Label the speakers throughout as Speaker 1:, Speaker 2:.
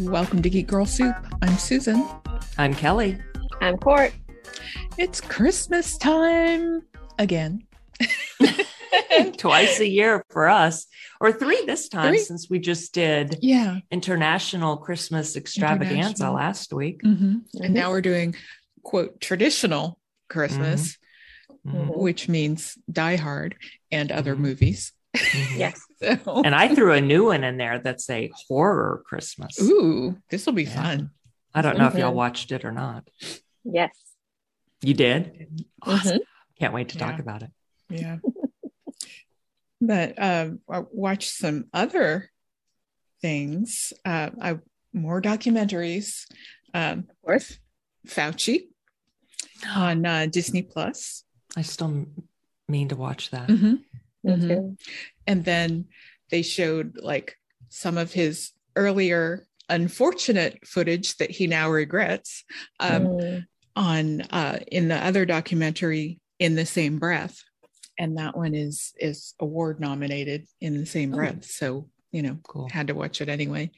Speaker 1: Welcome to Geek Girl Soup. I'm Susan.
Speaker 2: I'm Kelly.
Speaker 3: I'm Court.
Speaker 1: It's Christmas time again.
Speaker 2: Twice a year for us, or three this time
Speaker 1: Three.
Speaker 2: since we just did
Speaker 1: Yeah.
Speaker 2: international Christmas extravaganza
Speaker 1: International.
Speaker 2: last week.
Speaker 1: hmm And
Speaker 3: Mhm.
Speaker 1: now we're doing quote traditional Christmas,
Speaker 2: Mhm,
Speaker 1: which means Die Hard and other
Speaker 2: Mhm.
Speaker 1: movies.
Speaker 2: mhm.
Speaker 3: Yes.
Speaker 1: So,
Speaker 2: And I threw a new one in there that's a horror Christmas.
Speaker 1: ooh, this will be
Speaker 2: Yeah.
Speaker 1: fun.
Speaker 2: I don't know if y'all
Speaker 3: Mhm.
Speaker 2: watched it or not.
Speaker 3: Yes.
Speaker 2: You did? Awesome.
Speaker 3: Mhm.
Speaker 2: Can't wait to talk
Speaker 1: Mm-hmm. Yeah.
Speaker 2: about it.
Speaker 1: Yeah. but um, I watched some other things. Uh, I more documentaries. Um,
Speaker 3: Of course.
Speaker 1: Fauci on uh, Disney Plus.
Speaker 2: I still mean to watch that.
Speaker 1: Mm-hmm.
Speaker 3: Me
Speaker 1: Mhm.
Speaker 3: too.
Speaker 1: and then they showed like some of his earlier unfortunate footage that he now regrets
Speaker 2: Mm-hmm.
Speaker 1: um,
Speaker 3: Mm.
Speaker 1: on uh, in the other documentary in the same breath and that one is is award nominated in the same
Speaker 2: Oh.
Speaker 1: breath so you know
Speaker 2: Cool.
Speaker 1: had to watch it anyway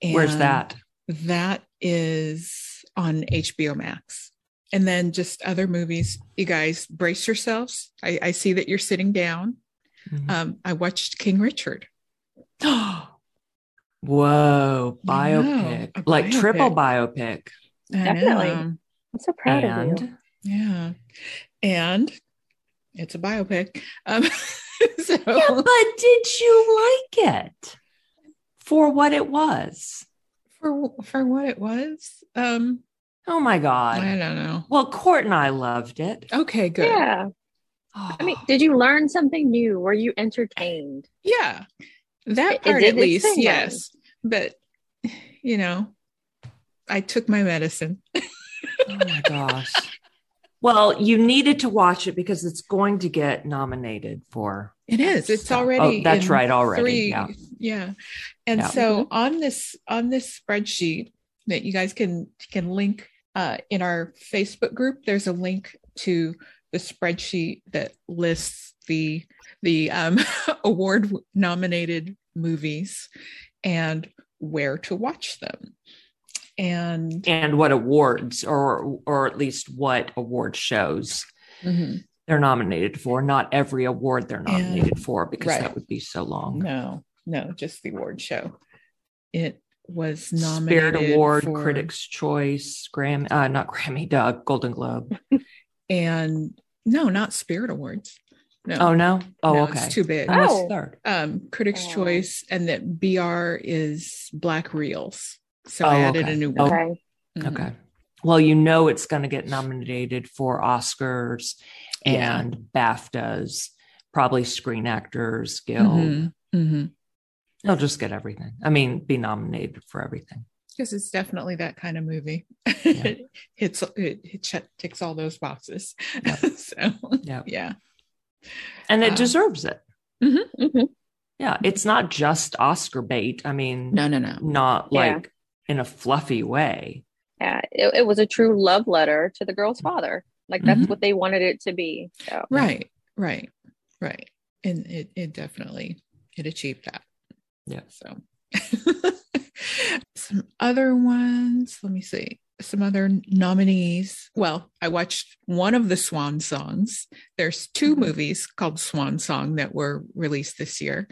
Speaker 2: Where's
Speaker 1: And
Speaker 2: that?
Speaker 1: that is on hbo max and then just other movies you guys brace yourselves i, I see that you're sitting down
Speaker 2: Mhm.
Speaker 1: um, i watched king richard
Speaker 2: Whoa,
Speaker 1: Uh, know,
Speaker 2: biopic.
Speaker 1: a
Speaker 2: like triple biopic.
Speaker 1: I
Speaker 3: Definitely.
Speaker 1: know.
Speaker 3: I'm so proud of you.
Speaker 2: And
Speaker 1: Yeah. And it's a biopic. Um, so
Speaker 2: yeah, but did you like it for what it was?
Speaker 1: for for what it was, um,
Speaker 2: Oh my
Speaker 1: I
Speaker 2: god.
Speaker 1: don't know.
Speaker 2: Well, Court and I loved it. Oh,
Speaker 1: Okay, good. Yeah.
Speaker 3: Yeah. I mean, did you learn something new? Were you entertained? It-
Speaker 1: That
Speaker 3: it
Speaker 1: part
Speaker 3: did
Speaker 1: at
Speaker 3: its
Speaker 1: least,
Speaker 3: thing,
Speaker 1: yes. But you know, I took my medicine.
Speaker 2: oh my gosh. Well, you needed to watch it because it's going to get nominated for
Speaker 1: It is. It's
Speaker 2: So- oh,
Speaker 1: already
Speaker 2: that's
Speaker 1: in
Speaker 2: right, already,
Speaker 1: Three,
Speaker 2: yeah.
Speaker 1: yeah. And
Speaker 2: Yeah. Mm-hmm.
Speaker 1: so on this on this spreadsheet that you guys can can link uh, in our Facebook group, there's a link to the spreadsheet that lists the the um, award nominated movies and where to watch them. And
Speaker 2: and what awards or or at least what award shows they're nominated for, not every award they're
Speaker 1: Yeah.
Speaker 2: nominated for because
Speaker 1: Right.
Speaker 2: that would be so long.
Speaker 1: no, no, just the award show. It was nominated
Speaker 2: Spirit Award,
Speaker 1: for-
Speaker 2: Critics' Choice, Grammy, uh, not Grammy, uh, Golden Globe.
Speaker 1: and no, not Spirit Awards. No.
Speaker 2: Oh no! Oh
Speaker 1: No,
Speaker 2: okay.
Speaker 1: It's too big.
Speaker 2: And what's
Speaker 3: Oh.
Speaker 2: third?
Speaker 1: Um, Critics'
Speaker 3: Oh.
Speaker 1: Choice, and that BR is Black Reels. So I
Speaker 2: Oh,
Speaker 1: added
Speaker 2: okay.
Speaker 1: a new one.
Speaker 3: Okay.
Speaker 1: Mhm.
Speaker 2: Okay. Well, you know it's going to get nominated for Oscars
Speaker 1: Yeah.
Speaker 2: and BAFTAs, probably Screen Actors Guild.
Speaker 1: Mhm. Mhm.
Speaker 2: They'll just get everything. I mean, be nominated for everything.
Speaker 1: Because it's definitely that kind of movie.
Speaker 2: Yeah.
Speaker 1: it's it, it check, ticks all those boxes.
Speaker 2: Yeah.
Speaker 1: so
Speaker 2: Yeah,
Speaker 1: yeah,
Speaker 2: and it
Speaker 1: Um,
Speaker 2: deserves it.
Speaker 3: Mhm.
Speaker 2: Yeah, it's not just Oscar bait. I mean,
Speaker 1: no, no, no.
Speaker 2: not
Speaker 3: Yeah.
Speaker 2: like in a fluffy way.
Speaker 3: Yeah. It, it was a true love letter to the girl's father. Like that's
Speaker 1: Mhm.
Speaker 3: what they wanted it to be. So
Speaker 1: Right, right, right. And it it definitely it achieved that.
Speaker 2: Yeah.
Speaker 1: So some other ones. Let me see. Some other nominees. Well, I watched one of the Swan songs. There's 2
Speaker 2: Mhm.
Speaker 1: movies called Swan Song that were released this year.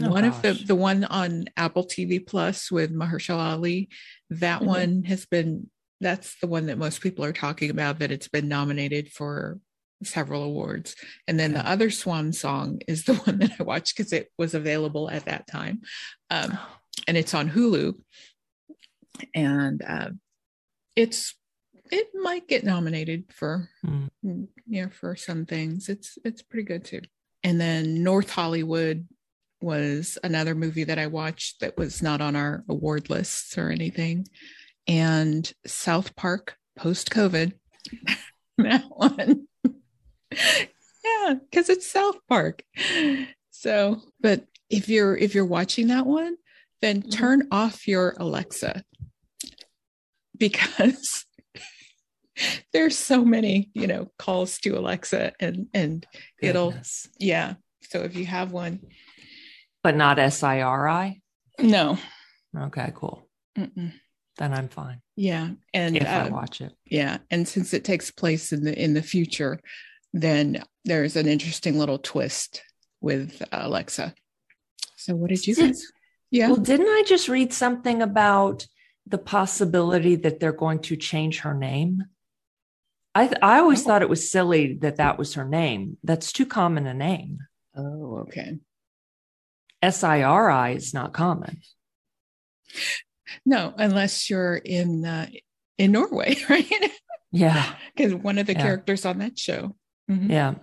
Speaker 2: Oh,
Speaker 1: One of the
Speaker 2: gosh.
Speaker 1: the one on Apple TV Plus with Mahershala Ali. That
Speaker 3: Mhm.
Speaker 1: one has been that's the one that most people are talking about that it's been nominated for several awards. And then the
Speaker 2: Okay.
Speaker 1: other Swan song is the one that I watched because it was available at that time. Um, and it's on Hulu. And uh, it's it might get nominated for
Speaker 2: Mm.
Speaker 1: you know for some things. It's it's pretty good too. And then North Hollywood was another movie that I watched that was not on our award lists or anything. And South Park post COVID. that one. yeah, because it's South Park. So, but if you're if you're watching that one, then
Speaker 3: Mhm.
Speaker 1: turn off your Alexa because there's so many, you know, calls to Alexa and and it'll-
Speaker 2: Goodness.
Speaker 1: yeah. So if you have one,
Speaker 2: but not S I R I.
Speaker 1: no,
Speaker 2: Okay, cool.
Speaker 1: Mm-mm.
Speaker 2: Then I'm fine
Speaker 1: Yeah, and
Speaker 2: if I
Speaker 1: uh,
Speaker 2: watch it.
Speaker 1: yeah, and since it takes place in the in the future, then there's an interesting little twist with uh, Alexa. So, what did you
Speaker 2: Did-
Speaker 1: guys? Yeah,
Speaker 2: Well, didn't I just read something about the possibility that they're going to change her name? I th- I always
Speaker 1: Oh.
Speaker 2: thought it was silly that that was her name. That's too common a name.
Speaker 1: Oh, okay.
Speaker 2: S I R I is not common.
Speaker 1: No, unless you're in uh, in Norway, right?
Speaker 2: Yeah,
Speaker 1: Because one of the
Speaker 2: Yeah.
Speaker 1: characters on that show. Mhm.
Speaker 2: yeah.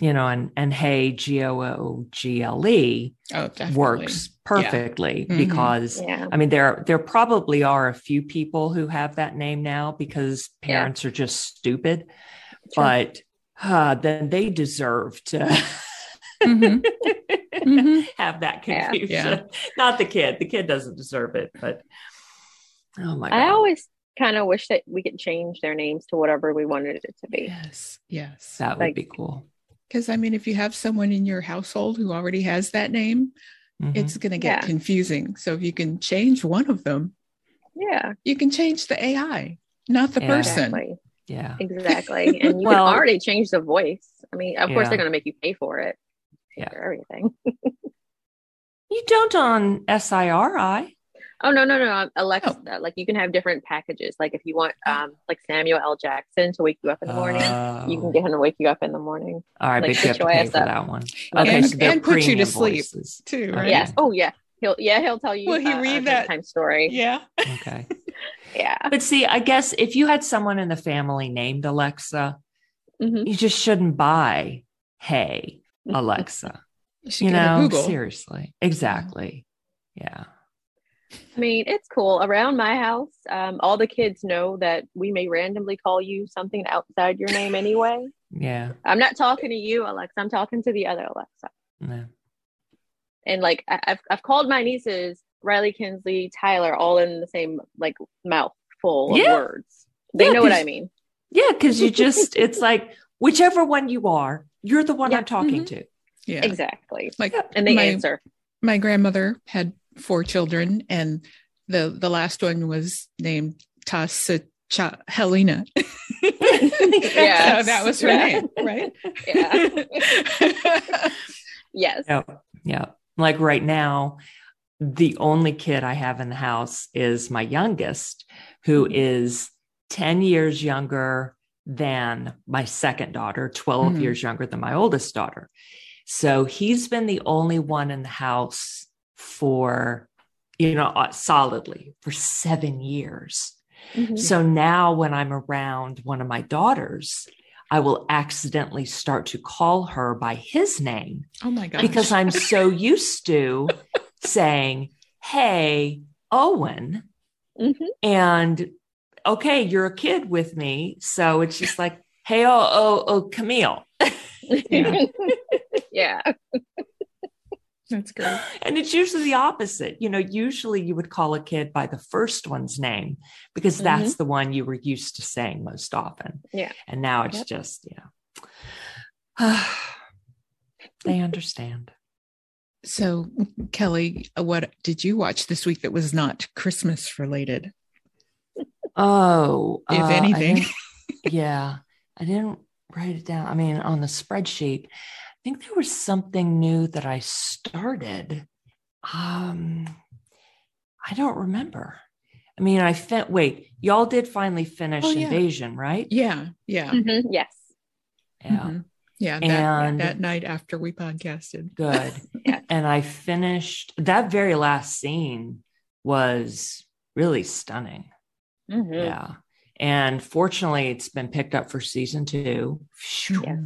Speaker 2: You know, and and hey, G O O G L E
Speaker 1: Oh, definitely.
Speaker 2: works perfectly
Speaker 1: Mhm.
Speaker 2: because
Speaker 3: Yeah.
Speaker 2: I mean, there there probably are a few people who have that name now because parents are just stupid, but uh, then they deserve to
Speaker 1: Mhm. Mhm.
Speaker 2: have that
Speaker 3: Yeah.
Speaker 2: confusion.
Speaker 1: Yeah.
Speaker 2: Not the kid; the kid doesn't deserve it. But oh my
Speaker 3: I
Speaker 2: god,
Speaker 3: always kind of wish that we could change their names to whatever we wanted it to be.
Speaker 1: Yes, yes.
Speaker 2: that
Speaker 3: like-
Speaker 2: would be cool.
Speaker 1: Because I mean, if you have someone in your household who already has that name,
Speaker 2: Mhm.
Speaker 1: it's going to get
Speaker 3: Mm-hmm. Yeah.
Speaker 1: confusing. So if you can change one of them,
Speaker 3: Yeah,
Speaker 1: you can change the AI, not the
Speaker 2: Yeah.
Speaker 1: person.
Speaker 3: exactly.
Speaker 2: yeah,
Speaker 3: Exactly. And you
Speaker 2: Well-
Speaker 3: can already change the voice. I mean, of course,
Speaker 2: Yeah.
Speaker 3: they're going to make you pay for it.
Speaker 2: Yeah.
Speaker 3: For everything.
Speaker 2: you don't on S I R I.
Speaker 3: Oh, no, no, no. um, Alexa,
Speaker 1: Oh.
Speaker 3: like you can have different packages. Like if you want, um, like Samuel L. Jackson to wake you up in the morning, you
Speaker 1: Oh.
Speaker 3: can get him to wake you up in the morning.
Speaker 2: Oh. all right, but
Speaker 3: like,
Speaker 2: you have
Speaker 3: get
Speaker 2: to
Speaker 3: your
Speaker 2: pay
Speaker 3: ass
Speaker 2: for
Speaker 3: up.
Speaker 2: that one.
Speaker 3: Yeah.
Speaker 2: Okay,
Speaker 1: And-
Speaker 2: so they're
Speaker 1: and put you to
Speaker 2: premium
Speaker 1: sleep.
Speaker 2: voices.
Speaker 1: Too,
Speaker 2: Okay.
Speaker 1: right?
Speaker 3: Yes. Oh, yeah. He'll, yeah, he'll tell you.
Speaker 1: Will he
Speaker 3: uh,
Speaker 1: read
Speaker 3: a
Speaker 1: that?
Speaker 3: bedtime story.
Speaker 1: Yeah.
Speaker 2: Okay.
Speaker 3: Yeah.
Speaker 2: But see, I guess if you had someone in the family named Alexa,
Speaker 3: Mhm.
Speaker 2: you just shouldn't buy Hey Alexa.
Speaker 1: should
Speaker 2: you
Speaker 1: get a
Speaker 2: know,
Speaker 1: Google.
Speaker 2: seriously. Exactly. Yeah.
Speaker 3: I mean, it's cool. Around my house, um, all the kids know that we may randomly call you something outside your name anyway.
Speaker 2: Yeah.
Speaker 3: I'm not talking to you, Alexa. I'm talking to the other Alexa.
Speaker 2: yeah.
Speaker 3: And like, I- I've I've called my nieces Riley, Kinsley, Tyler, all in the same like mouth full of
Speaker 2: Yeah.
Speaker 3: words. They
Speaker 2: Yeah,
Speaker 3: know what
Speaker 2: 'cause-
Speaker 3: I mean.
Speaker 2: Yeah. Cause you just, it's like whichever one you are, you're the one
Speaker 3: Yeah.
Speaker 2: I'm talking to.
Speaker 1: Yeah.
Speaker 3: Exactly.
Speaker 1: Mm-hmm. Like
Speaker 2: Yeah.
Speaker 3: And they
Speaker 1: My-
Speaker 3: answer.
Speaker 1: my grandmother had four children, and the the last one was named Tasa Cha- Helena.
Speaker 3: Yeah.
Speaker 1: So that was her
Speaker 3: Yeah.
Speaker 1: name, right?
Speaker 3: Yeah. Yes.
Speaker 2: Yeah. Yeah. Like right now, the only kid I have in the house is my youngest, who is 10 years younger than my second daughter, 12
Speaker 1: Mhm.
Speaker 2: years younger than my oldest daughter. So he's been the only one in the house for, you know, uh, solidly for seven years.
Speaker 3: Mhm.
Speaker 2: So now when I'm around one of my daughters, I will accidentally start to call her by his name
Speaker 1: oh my gosh.
Speaker 2: because I'm so used to saying, Hey, Owen.
Speaker 3: Mhm.
Speaker 2: And okay, you're a kid with me. So it's just like, Hey, oh, oh, oh, Camille.
Speaker 1: Yeah.
Speaker 3: Mm-hmm. yeah.
Speaker 1: That's great.
Speaker 2: And it's usually the opposite. You know, usually you would call a kid by the first one's name because that's the one you were used to saying most often.
Speaker 3: Mm-hmm. Yeah.
Speaker 2: And now it's
Speaker 3: Yep.
Speaker 2: just, you know, they understand.
Speaker 1: So, Kelly, what did you watch this week that was not Christmas related?
Speaker 2: Oh,
Speaker 1: If
Speaker 2: uh, I
Speaker 1: anything.
Speaker 2: didn't- yeah, I didn't write it down. I mean, on the spreadsheet, I think there was something new that I started. Um, I don't remember. I mean, I fin- wait. Y'all did finally finish
Speaker 1: Oh, yeah.
Speaker 2: Invasion, right?
Speaker 1: Yeah, yeah,
Speaker 3: Mhm. Yes.
Speaker 2: Yeah,
Speaker 1: mhm. yeah. That,
Speaker 2: And-
Speaker 1: that night after we podcasted,
Speaker 2: good.
Speaker 3: Yeah.
Speaker 2: And I finished that very last scene was really stunning.
Speaker 3: Mhm.
Speaker 2: Yeah. And fortunately, it's been picked up for season two. Phew.
Speaker 3: Yeah.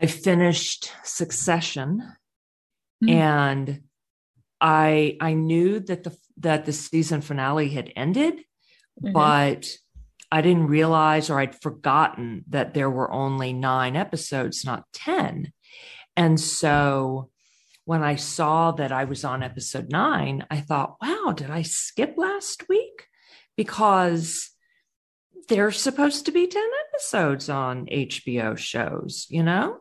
Speaker 2: I finished Succession
Speaker 1: Hmm.
Speaker 2: and I I knew that the that the season finale had ended,
Speaker 3: Mhm.
Speaker 2: but I didn't realize or I'd forgotten that there were only 9 episodes, not 10. And so when I saw that I was on episode 9, I thought, "Wow, did I skip last week?" Because there's supposed to be 10 episodes on HBO shows, you know?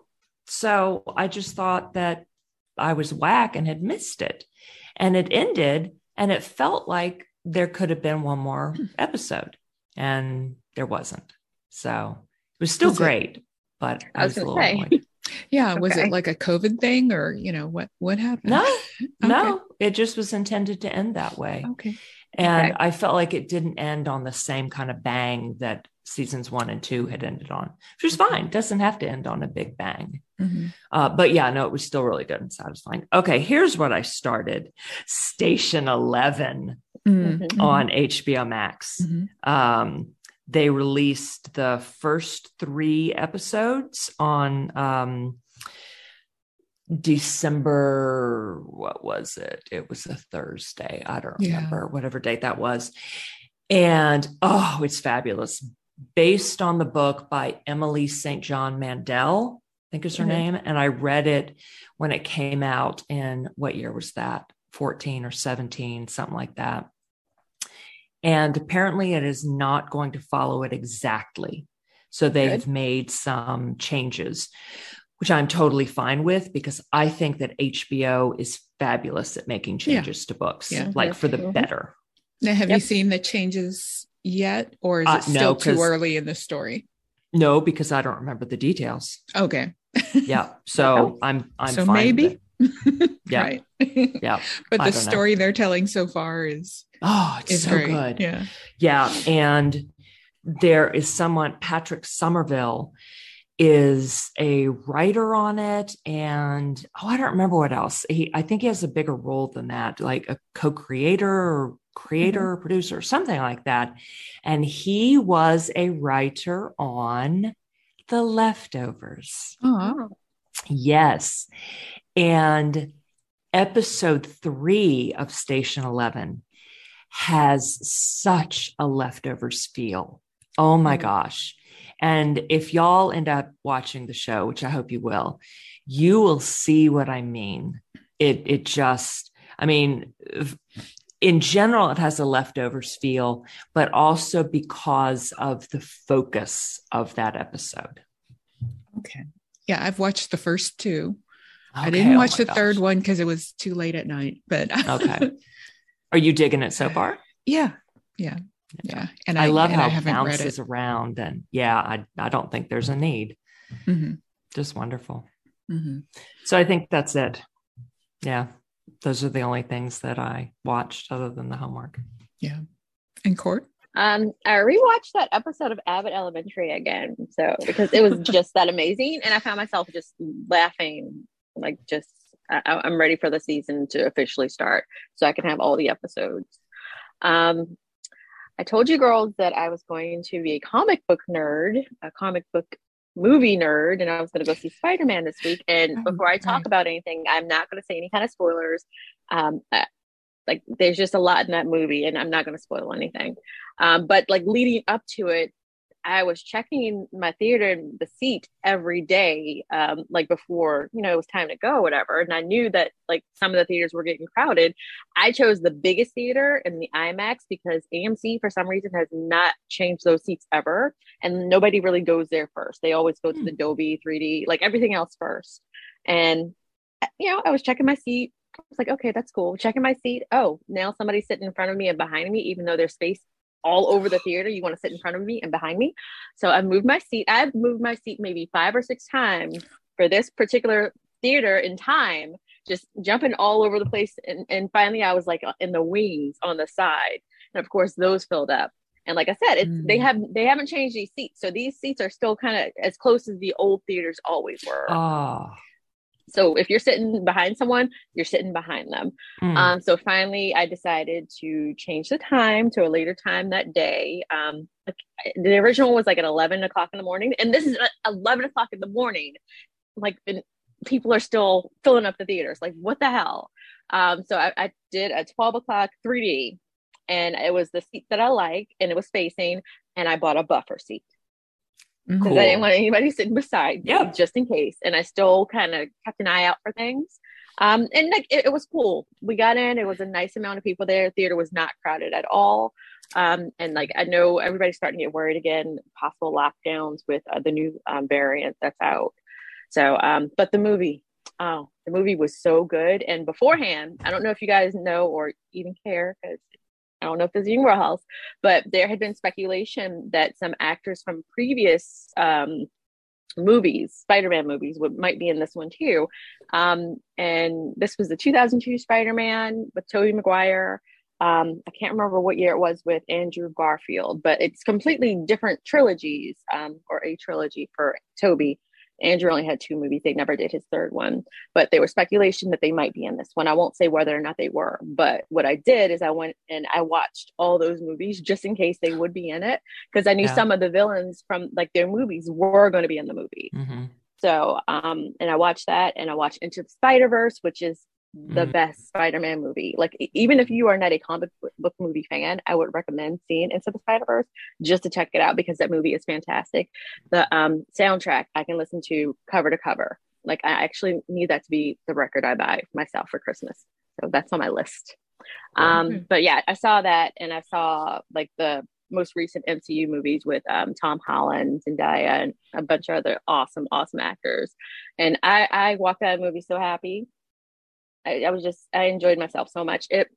Speaker 2: So I just thought that I was whack and had missed it. And it ended And it felt like there could have been one more episode, and there wasn't. So it was still
Speaker 1: Was it-
Speaker 2: great, but I,
Speaker 3: I
Speaker 2: was,
Speaker 3: was
Speaker 2: a
Speaker 3: gonna
Speaker 2: little
Speaker 3: say.
Speaker 2: annoyed.
Speaker 1: Yeah. Was
Speaker 3: Okay.
Speaker 1: it like a COVID thing or, you know, what, what happened?
Speaker 2: No, no, it just was intended to end that way.
Speaker 1: Oh, Okay.
Speaker 2: And
Speaker 3: Okay.
Speaker 2: I felt like it didn't end on the same kind of bang that seasons one and two had ended on, which is fine. Doesn't have to end on a big bang.
Speaker 1: Mhm.
Speaker 2: Uh, but yeah, no, it was still really good and satisfying. Okay, here's what I started Station 11
Speaker 1: Mm,
Speaker 3: Mhm.
Speaker 1: mhm,
Speaker 2: on HBO Max.
Speaker 1: mhm.
Speaker 2: Um, they released the first three episodes on um, December. What was it? It was a Thursday. I don't
Speaker 1: Yeah.
Speaker 2: remember whatever date that was. And oh, it's fabulous. Based on the book by Emily St. John Mandel, I think is her
Speaker 3: Mhm.
Speaker 2: name. And I read it when it came out in what year was that? 14 or 17, something like that. And apparently, it is not going to follow it exactly. So they've
Speaker 1: Good.
Speaker 2: made some changes, which I'm totally fine with because I think that HBO is fabulous at making
Speaker 1: Yeah.
Speaker 2: changes to books,
Speaker 1: Yeah.
Speaker 2: like for the
Speaker 3: Mhm.
Speaker 2: better.
Speaker 1: Now, have you
Speaker 2: Yep.
Speaker 1: seen the changes yet or is
Speaker 2: Uh,
Speaker 1: it still
Speaker 2: no,
Speaker 1: too
Speaker 2: 'cause-
Speaker 1: early in the story?
Speaker 2: No, because I don't remember the details.
Speaker 1: Okay.
Speaker 2: Yeah, so I'm I'm
Speaker 1: So
Speaker 2: fine with
Speaker 1: maybe?
Speaker 2: it. Yeah,
Speaker 1: Right.
Speaker 2: yeah.
Speaker 1: But
Speaker 2: I
Speaker 1: the
Speaker 2: don't know.
Speaker 1: story they're telling so far is,
Speaker 2: Oh, it's
Speaker 1: is
Speaker 2: so
Speaker 1: great.
Speaker 2: good.
Speaker 1: Yeah.
Speaker 2: Yeah. And there is someone, Patrick Somerville is a writer on it. And oh, I don't remember what else. He I think he has a bigger role than that, like a co-creator or creator, or producer, something like that. And he was a writer on The Leftovers.
Speaker 1: Aw.
Speaker 3: Oh.
Speaker 2: Yes. And episode three of Station 11 has such a leftovers feel. Oh my
Speaker 1: Mm.
Speaker 3: Mhm.
Speaker 2: gosh. And if y'all end up watching the show, which I hope you will, you will see what I mean. It it just, I mean, v- in general, it has a leftovers feel, but also because of the focus of that episode.
Speaker 1: Okay. Yeah, I've watched the first two. I
Speaker 2: Okay,
Speaker 1: didn't
Speaker 2: oh
Speaker 1: watch
Speaker 2: my
Speaker 1: the
Speaker 2: gosh.
Speaker 1: third one because it was too late at night. But
Speaker 2: Okay. Are you digging it so far?
Speaker 1: yeah, yeah, yeah. And
Speaker 2: I, love
Speaker 1: and
Speaker 2: how
Speaker 1: I
Speaker 2: it
Speaker 1: haven't read
Speaker 2: bounces
Speaker 1: it.
Speaker 2: around and yeah, I, I don't think there's a need.
Speaker 1: Mhm,
Speaker 2: Just wonderful.
Speaker 1: mhm.
Speaker 2: So I think that's it. Yeah. Those are the only things that I watched other than the homework.
Speaker 1: And court.
Speaker 3: Um, I rewatched that episode of Abbott Elementary again, so because it was just that amazing, and I found myself just laughing, like just I, I- I'm ready for the season to officially start, so I can have all the episodes. Um, I told you girls that I was going to be a comic book nerd, a comic book movie nerd, and I was going to go see Spider Man this week. And
Speaker 1: Oh,
Speaker 3: before I talk
Speaker 1: right.
Speaker 3: about anything, I'm not going to say any kind of spoilers. Um, I- like there's just a lot in that movie, and I'm not going to spoil anything. Um, but like leading up to it, I was checking my theater and the seat every day, um, like before you know it was time to go, whatever. And I knew that like some of the theaters were getting crowded. I chose the biggest theater in the IMAX because AMC for some reason has not changed those seats ever, and nobody really goes there first. They always go to the Dolby 3D, like everything else first. And you know, I was checking my seat. I was like, okay, that's cool. Checking my seat. Oh, now somebody's sitting in front of me and behind me, even though there's space all over the theater. You want to sit in front of me and behind me. So I moved my seat. I've moved my seat maybe five or six times for this particular theater in time, just jumping all over the place. And, and finally, I was like in the wings on the side. And of course, those filled up. And like I said, it's, they
Speaker 1: Mm.
Speaker 3: have they haven't changed these seats, so these seats are still kind of as close as the old theaters always were.
Speaker 2: Oh,
Speaker 3: So if you're sitting behind someone, you're sitting behind them.
Speaker 2: mm.
Speaker 3: Um, so finally, I decided to change the time to a later time that day. Um, like, the original was like at 11 o'clock in the morning, and this is at 11 o'clock in the morning. Like, and people are still filling up the theaters. Like, what the hell? Um, so I, I did a 12 o'clock 3D, and it was the seat that I like, and it was spacing, and I bought a buffer seat
Speaker 1: Mhm.
Speaker 3: because
Speaker 2: Cool.
Speaker 3: I didn't want anybody sitting beside me,
Speaker 2: Yep.
Speaker 3: just in case. And I still kind of kept an eye out for things. Um, and like it, it was cool. We got in. It was a nice amount of people there. Theater was not crowded at all. Um, and like I know everybody's starting to get worried again, possible lockdowns with uh, the new um, variant that's out. So, um, but the movie, Oh, the movie was so good. And beforehand, I don't know if you guys know or even care because I don't know if this is in house, but there had been speculation that some actors from previous um, movies, Spider-Man movies, would might be in this one too. Um, and this was the 2002 Spider-Man with Tobey Maguire. Um, I can't remember what year it was with Andrew Garfield, but it's completely different trilogies um, or a trilogy for Toby. Andrew only had two movies; they never did his third one. But there was speculation that they might be in this one. I won't say whether or not they were, but what I did is I went and I watched all those movies just in case they would be in it, because I knew
Speaker 2: Yeah.
Speaker 3: some of the villains from like their movies were going to be in the movie.
Speaker 2: Mhm.
Speaker 3: So, um, and I watched that, and I watched Into the Spider Verse, which is the
Speaker 2: Mm.
Speaker 3: best Spider-Man movie. Like, e- even if you are not a comic book- book movie fan, I would recommend seeing Into the Spider Verse just to check it out because that movie is fantastic. The um, soundtrack I can listen to cover to cover. Like, I actually need that to be the record I buy myself for Christmas. So that's on my list.
Speaker 1: Okay.
Speaker 3: Um, but yeah, I saw that, and I saw like the most recent MCU movies with um, Tom Holland, Zendaya, and a bunch of other awesome, awesome actors. And I, I walked out of the movie so happy. I, I was just, I enjoyed myself so much. It,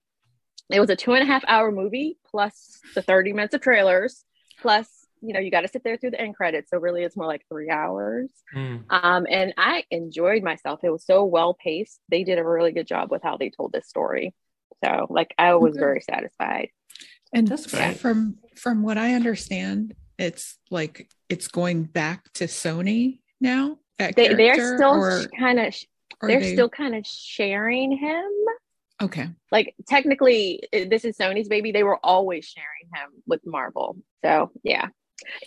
Speaker 3: it was a two and a half hour movie plus the 30 minutes of trailers, plus, you know, you got to sit there through the end credits. So really it's more like three hours.
Speaker 2: Mm.
Speaker 3: Um, and I enjoyed myself. It was so well paced. They did a really good job with how they told this story. So like I was
Speaker 1: Okay.
Speaker 3: very satisfied.
Speaker 1: And
Speaker 2: That's
Speaker 1: f-
Speaker 2: great.
Speaker 1: from from what I understand, it's like it's going back to Sony now. That
Speaker 3: They, they're
Speaker 1: character,
Speaker 3: still
Speaker 1: or
Speaker 3: kind of
Speaker 1: are
Speaker 3: they're
Speaker 1: they-
Speaker 3: still kind of sharing him.
Speaker 1: okay.
Speaker 3: Like technically, i- this is Sony's baby. They were always sharing him with Marvel. So yeah,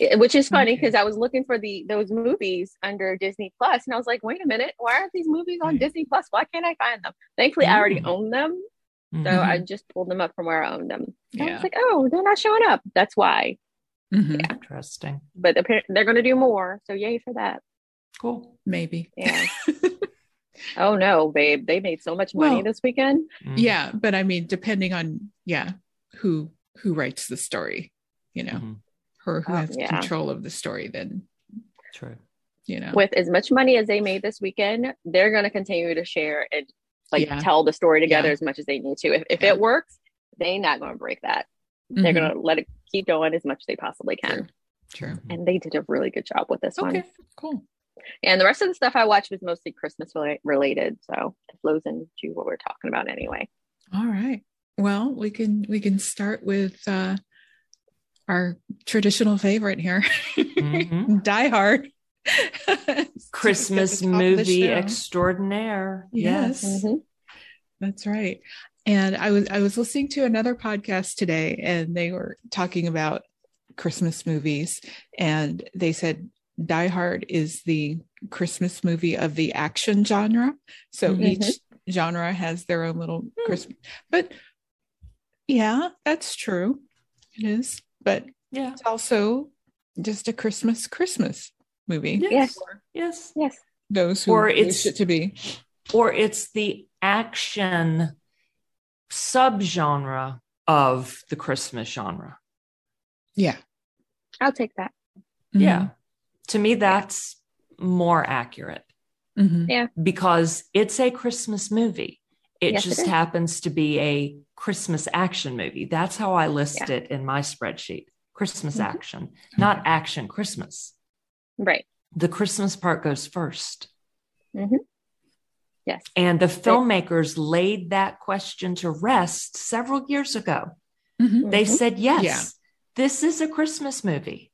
Speaker 3: I- which is funny
Speaker 1: Okay.
Speaker 3: because I was looking for the those movies under Disney Plus, and I was like, wait a minute, why aren't these movies on
Speaker 1: Right.
Speaker 3: Disney Plus? Why can't I find them? Thankfully, I already
Speaker 1: Hmm.
Speaker 2: Mm.
Speaker 3: own them, so
Speaker 2: Mhm.
Speaker 3: I just pulled them up from where I owned them. So I
Speaker 1: Yeah.
Speaker 3: was like, oh, they're not showing up. That's why.
Speaker 1: Mhm.
Speaker 2: Interesting.
Speaker 3: But apparently, they're going to do more. So yay for that.
Speaker 2: Cool.
Speaker 1: Maybe.
Speaker 3: Yeah. oh no, babe, they made so much money
Speaker 1: Well,
Speaker 3: this weekend.
Speaker 2: Mm.
Speaker 1: Yeah, but I mean, depending on yeah, who who writes the story, you know,
Speaker 2: Mhm.
Speaker 1: or who
Speaker 3: Oh,
Speaker 1: has
Speaker 3: yeah.
Speaker 1: control of the story, then
Speaker 2: True.
Speaker 1: you know,
Speaker 3: with as much money as they made this weekend, they're going to continue to share and like
Speaker 1: Yeah.
Speaker 3: tell the story together
Speaker 1: Yeah.
Speaker 3: as much as they need to. If, if
Speaker 1: Yeah.
Speaker 3: it works, they not going to break that. They're
Speaker 1: Mhm.
Speaker 3: going to let it keep going as much as they possibly can.
Speaker 1: True. True.
Speaker 2: Mhm.
Speaker 3: And they did a really good job with this one.
Speaker 1: Okay, cool.
Speaker 3: And the rest of the stuff I watched was mostly Christmas rela- related, so it flows into what we're talking about anyway.
Speaker 1: All right. Well, we can we can start with uh our traditional favorite here.
Speaker 2: Mhm.
Speaker 1: Die Hard.
Speaker 2: Christmas movie extraordinaire.
Speaker 1: Yes.
Speaker 3: Mhm.
Speaker 1: That's right. And I was I was listening to another podcast today and they were talking about Christmas movies and they said Die Hard is the Christmas movie of the action genre. So
Speaker 2: Mhm.
Speaker 1: each genre has their own little Christmas. But yeah, that's true. It is. But
Speaker 2: Yeah.
Speaker 1: it's also just a Christmas Christmas movie.
Speaker 2: Yes. Yes.
Speaker 3: Yes.
Speaker 1: Those who
Speaker 2: Or
Speaker 1: or it's,
Speaker 2: it's-
Speaker 1: it to be.
Speaker 2: Or it's the action subgenre of the Christmas genre.
Speaker 1: Yeah.
Speaker 3: I'll take that.
Speaker 1: Mm-hmm.
Speaker 2: Yeah. To me, that's more accurate
Speaker 1: Mhm.
Speaker 2: because it's a Christmas movie. It
Speaker 3: Yes, it
Speaker 2: just
Speaker 3: is.
Speaker 2: happens to be a Christmas action movie. That's how I list it in my spreadsheet Christmas
Speaker 3: Mhm.
Speaker 2: action, not action Christmas.
Speaker 3: Right.
Speaker 2: The Christmas part goes first.
Speaker 3: Yes.
Speaker 2: And the filmmakers laid that question to rest several years ago.
Speaker 1: Mhm.
Speaker 2: Mm-hmm. They
Speaker 3: Mhm.
Speaker 2: said, yes,
Speaker 1: Yeah.
Speaker 2: this is a Christmas movie.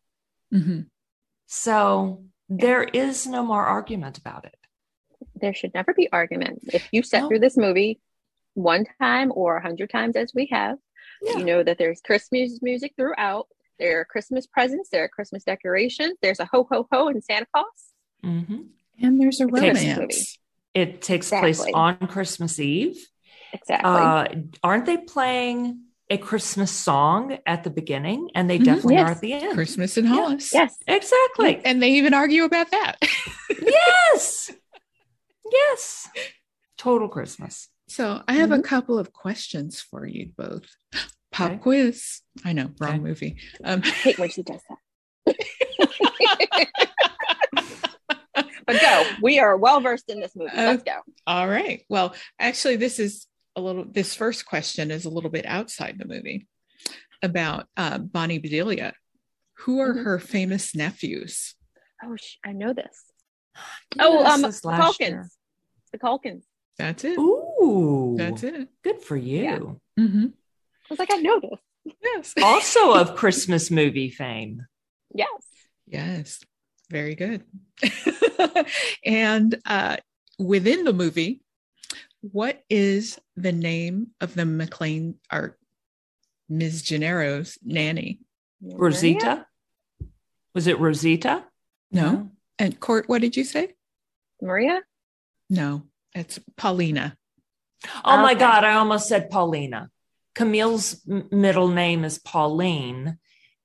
Speaker 1: Mhm.
Speaker 2: So there is no more argument about it.
Speaker 3: there should never be arguments. If you sat
Speaker 2: No.
Speaker 3: through this movie one time or a hundred times, as we have,
Speaker 2: Yeah.
Speaker 3: you know that there's Christmas music throughout. There are Christmas presents. There are Christmas decorations. There's a ho ho ho and Santa Claus.
Speaker 1: Mm-hmm.
Speaker 2: hmm
Speaker 1: And there's a
Speaker 3: It's a Christmas
Speaker 1: romance.
Speaker 2: It takes place
Speaker 3: Exactly.
Speaker 2: on Christmas Eve.
Speaker 3: Exactly.
Speaker 2: Uh, aren't they playing a Christmas song at the beginning? And they
Speaker 1: Mhm.
Speaker 2: definitely
Speaker 3: Yes.
Speaker 2: are at the end.
Speaker 1: Christmas in
Speaker 2: Yeah.
Speaker 1: Hollis.
Speaker 3: yes.
Speaker 2: Exactly.
Speaker 1: And they even argue about that.
Speaker 2: yes. Yes. Total Christmas.
Speaker 1: So I have a
Speaker 3: Mhm.
Speaker 1: couple of questions for you both. Pop
Speaker 2: Mm-hmm. Okay.
Speaker 1: quiz. I know, wrong
Speaker 2: Okay.
Speaker 1: movie. Um,
Speaker 3: I hate when she does that. but go. we are well versed in this movie.
Speaker 2: Oh.
Speaker 3: Let's go.
Speaker 1: All right. Well, actually, this is a little, this first question is a little bit outside the movie about uh, Bonnie Bedelia. Who are
Speaker 2: Mm-hmm.
Speaker 3: Mhm.
Speaker 1: her famous nephews?
Speaker 3: Oh, sh- I know this.
Speaker 2: You
Speaker 3: Oh,
Speaker 2: asked
Speaker 3: um,
Speaker 2: this
Speaker 3: the
Speaker 2: last
Speaker 3: Culkins.
Speaker 2: year.
Speaker 3: The Culkins.
Speaker 1: That's it.
Speaker 2: Ooh,
Speaker 1: That's it.
Speaker 2: Good for you.
Speaker 3: Yeah.
Speaker 1: hmm
Speaker 2: Mm-hmm.
Speaker 3: I was like, I know this.
Speaker 1: Yes.
Speaker 2: also of Christmas movie fame.
Speaker 3: Yes.
Speaker 1: Yes, very good. and uh, within the movie, what is the name of the McLean or Ms. Gennaro's nanny?
Speaker 2: Rosita? Was it Rosita?
Speaker 1: No. And Court, what did you say?
Speaker 3: Maria?
Speaker 1: No, it's Paulina.
Speaker 2: Oh my
Speaker 3: Okay.
Speaker 2: God, I almost said Paulina. Camille's m- middle name is Pauline.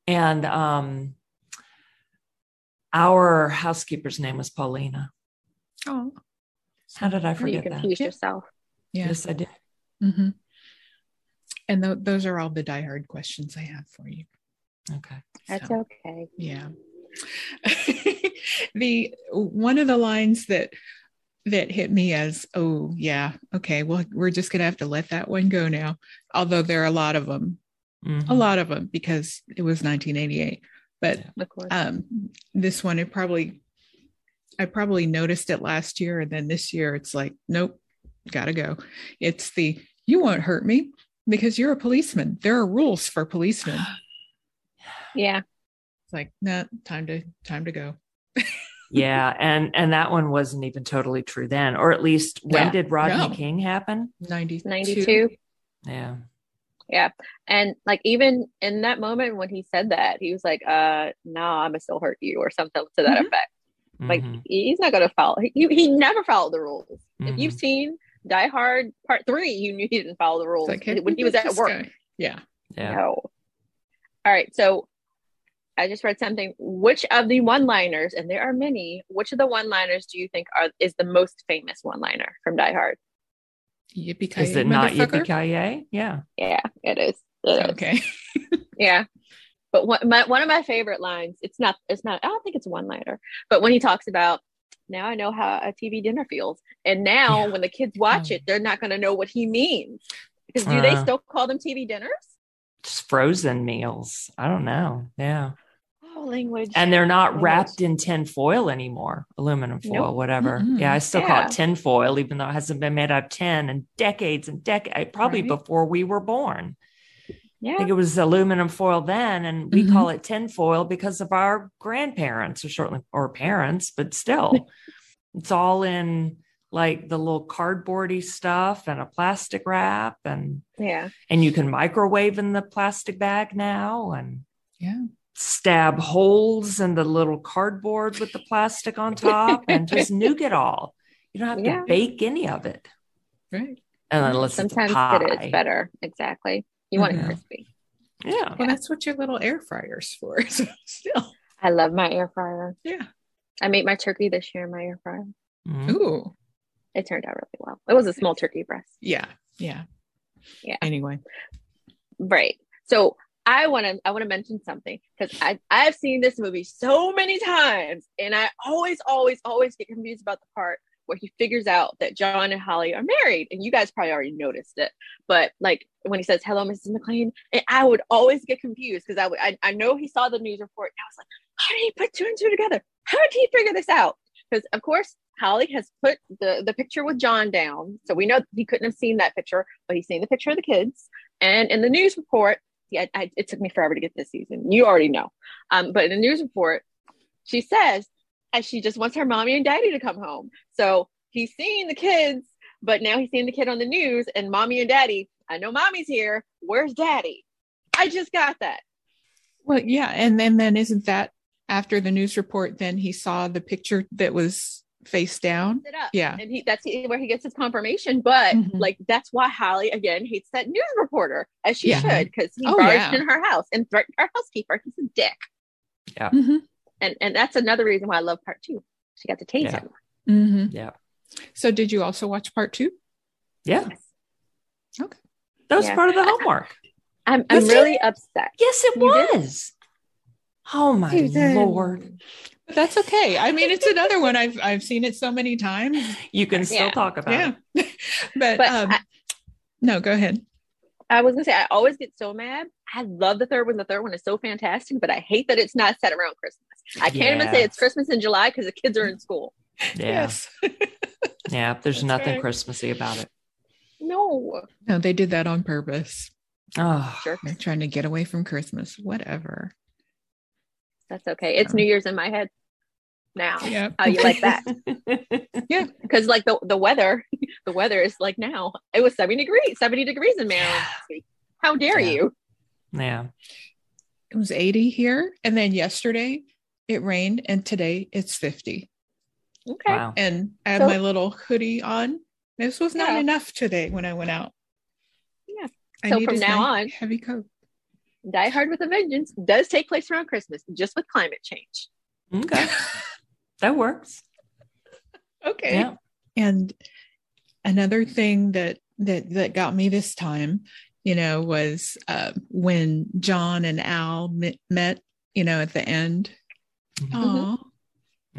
Speaker 2: And um, our housekeeper's name was Paulina.
Speaker 1: Oh,
Speaker 2: How did I
Speaker 3: How do you
Speaker 2: forget that?
Speaker 3: confuse yourself?
Speaker 1: yes.
Speaker 2: Yes, I did.
Speaker 1: hmm And tho- those are all the diehard questions I have for you.
Speaker 2: Okay.
Speaker 3: That's
Speaker 1: So-
Speaker 3: okay.
Speaker 1: yeah the one of the lines that that hit me as oh yeah okay well we're just gonna have to let that one go now although there are a lot of them
Speaker 2: Mhm.
Speaker 1: a lot of them because it was 1988 but
Speaker 3: Of course.
Speaker 1: um this one it probably i probably noticed it last year and then this year it's like nope gotta go it's the you won't hurt me because you're a policeman there are rules for policemen
Speaker 3: yeah.
Speaker 1: it's like nah time to time to go
Speaker 2: Yeah. And and that one wasn't even totally true then. Or at least when
Speaker 1: Yeah.
Speaker 2: did Rodney
Speaker 1: No.
Speaker 2: King happen?
Speaker 1: 92
Speaker 3: 92.
Speaker 2: Yeah.
Speaker 3: And like even in that moment when he said that, he was like, uh, no, I'm gonna still hurt you or something to that
Speaker 1: Mhm.
Speaker 3: effect. Like
Speaker 1: Mm-hmm.
Speaker 2: Mhm.
Speaker 3: he's not gonna follow he, he never followed the rules. If you've
Speaker 1: Mm-hmm.
Speaker 2: Mhm.
Speaker 3: seen Die Hard Part Three, you knew he didn't follow the rules
Speaker 1: It's like, hey,
Speaker 3: when he was
Speaker 1: look
Speaker 3: at
Speaker 1: this
Speaker 3: work.
Speaker 1: guy. Yeah.
Speaker 2: yeah.
Speaker 3: No. All right. So I just read something. Which of the one-liners, and there are many, which of the one-liners do you think are is the most famous one-liner from Die Hard?
Speaker 1: Yippee
Speaker 2: Is it not Yippee Ki Yay? Yeah.
Speaker 3: Yeah, it is. It is.
Speaker 1: Okay.
Speaker 3: Yeah. But one, my, one of my favorite lines, it's not, it's not, I don't think it's a one liner, but when he talks about, now I know how a TV dinner feels. And now
Speaker 2: Yeah. Mm.
Speaker 3: when the kids watch
Speaker 1: Oh.
Speaker 3: it, they're not going to know what he means. Because do they
Speaker 2: Uh.
Speaker 3: still call them TV dinners?
Speaker 2: Just frozen meals. I don't know. Yeah.
Speaker 3: Oh, language.
Speaker 2: And they're not
Speaker 3: Yes.
Speaker 2: wrapped in tin foil anymore, aluminum foil,
Speaker 3: Nope.
Speaker 2: whatever.
Speaker 1: Mm-mm.
Speaker 2: Yeah, I still call
Speaker 3: Yeah.
Speaker 2: it tin foil, even though it hasn't been made out of tin in decades and decades, probably
Speaker 1: Right.
Speaker 2: before we were born. I
Speaker 3: yeah. Mm-hmm.
Speaker 2: think it was aluminum foil then, and we
Speaker 1: Mhm.
Speaker 2: call it tin foil because of our grandparents or certainly or parents, but still, it's all in like the little cardboardy stuff and a plastic wrap and
Speaker 3: Yeah.
Speaker 2: and you can microwave in the plastic bag now and
Speaker 1: Yeah.
Speaker 2: stab holes in the little cardboard with the plastic on top and just nuke it all you don't have
Speaker 3: Yeah.
Speaker 2: to bake any of it
Speaker 1: Right.
Speaker 2: and unless it's
Speaker 3: Sometimes
Speaker 2: a pie. Mm-hmm.
Speaker 3: it is better. Exactly. You want
Speaker 2: Yeah.
Speaker 3: it crispy.
Speaker 2: yeah
Speaker 1: Well, that's what your little air fryer's for. So still.
Speaker 3: I love my air fryer.
Speaker 1: Yeah.
Speaker 3: I made my turkey this year in my air fryer.
Speaker 2: Mhm.
Speaker 1: Ooh.
Speaker 3: It turned out really well. It was a small turkey breast.
Speaker 1: Yeah. Yeah.
Speaker 3: Yeah.
Speaker 1: Anyway.
Speaker 3: Right. So I want to I want to mention something because I I've seen this movie so many times, and I always always always get confused about the part where he figures out that John and Holly are married, and you guys probably already noticed it. But like when he says hello, Mrs. McLean, and I would always get confused because I would I, I know he saw the news report, and I was like, how did he put two and two together? How did he figure this out? Because of course. Holly has put the, the picture with John down. So we know he couldn't have seen that picture, but he's seen the picture of the kids. And in the news report, yeah, I, it took me forever to get this season. You already know. Um, but in the news report, she says and she just wants her mommy and daddy to come home. So he's seeing the kids, but now he's seeing the kid on the news and mommy and daddy. I know mommy's here. Where's daddy? I just got that.
Speaker 1: Well, yeah. And then then isn't that after the news report, then he saw the picture that was face down?
Speaker 3: It up.
Speaker 1: Yeah.
Speaker 3: And he, that's where he gets his confirmation. But
Speaker 1: Mhm.
Speaker 3: like, that's why Holly, again, hates that news reporter, as she
Speaker 1: Yeah.
Speaker 3: should, because he
Speaker 1: Oh,
Speaker 3: barged
Speaker 1: yeah.
Speaker 3: in her house and threatened her housekeeper. He's a dick.
Speaker 1: Mm-hmm.
Speaker 3: and and that's another reason why I love part two. She got to taste
Speaker 2: Yeah.
Speaker 3: him.
Speaker 1: Mm-hmm.
Speaker 2: yeah
Speaker 1: So did you also watch part two?
Speaker 2: yeah
Speaker 3: Yes.
Speaker 2: that was
Speaker 3: Yeah.
Speaker 2: part of the homework
Speaker 3: I'm I'm
Speaker 2: Was
Speaker 3: really upset.
Speaker 2: yes it
Speaker 3: You did?
Speaker 2: was Oh my
Speaker 3: Susan.
Speaker 2: lord!
Speaker 1: But that's okay. I mean, it's another one I've I've seen it so many times.
Speaker 2: You can still
Speaker 3: Yeah.
Speaker 2: talk about
Speaker 1: Yeah,
Speaker 2: it.
Speaker 1: but,
Speaker 3: But
Speaker 1: um,
Speaker 3: I-
Speaker 1: no, go ahead.
Speaker 3: I was gonna say I always get so mad. I love the third one. The third one is so fantastic, but I hate that it's not set around Christmas. I can't even say
Speaker 2: Yeah.
Speaker 3: it's Christmas in July because the kids are in school.
Speaker 2: Yeah,
Speaker 1: Yes.
Speaker 2: yeah. There's
Speaker 1: That's
Speaker 2: nothing
Speaker 1: right.
Speaker 2: Christmassy about it.
Speaker 3: No,
Speaker 1: No, they did that on purpose.
Speaker 2: Oh,
Speaker 3: jerk.
Speaker 1: They're trying to get away from Christmas. Whatever.
Speaker 3: That's okay. It's
Speaker 2: Um,
Speaker 1: Yeah.
Speaker 3: New Year's in my head now.
Speaker 1: Yeah.
Speaker 3: How you like that? Because like the the weather, the weather is like now. It was seventy degrees, seventy degrees in Maryland this week. How dare
Speaker 2: Yeah.
Speaker 3: you?
Speaker 2: yeah.
Speaker 1: It was 80 here, and then yesterday it rained, and today it's 50.
Speaker 3: Okay.
Speaker 2: Wow.
Speaker 1: And I had
Speaker 3: So-
Speaker 1: my little hoodie on. This was not
Speaker 3: Yeah.
Speaker 1: enough today when I went out.
Speaker 3: Yeah.
Speaker 1: I
Speaker 3: So from
Speaker 1: needed
Speaker 3: now
Speaker 1: my
Speaker 3: on-
Speaker 1: heavy coat.
Speaker 3: Die Hard with a Vengeance does take place around Christmas, just with climate change.
Speaker 2: Okay, that works.
Speaker 1: Okay.
Speaker 2: Yeah.
Speaker 1: and another thing that that that got me this time you know was uh, when john and al met, met you know at the end Aw, that,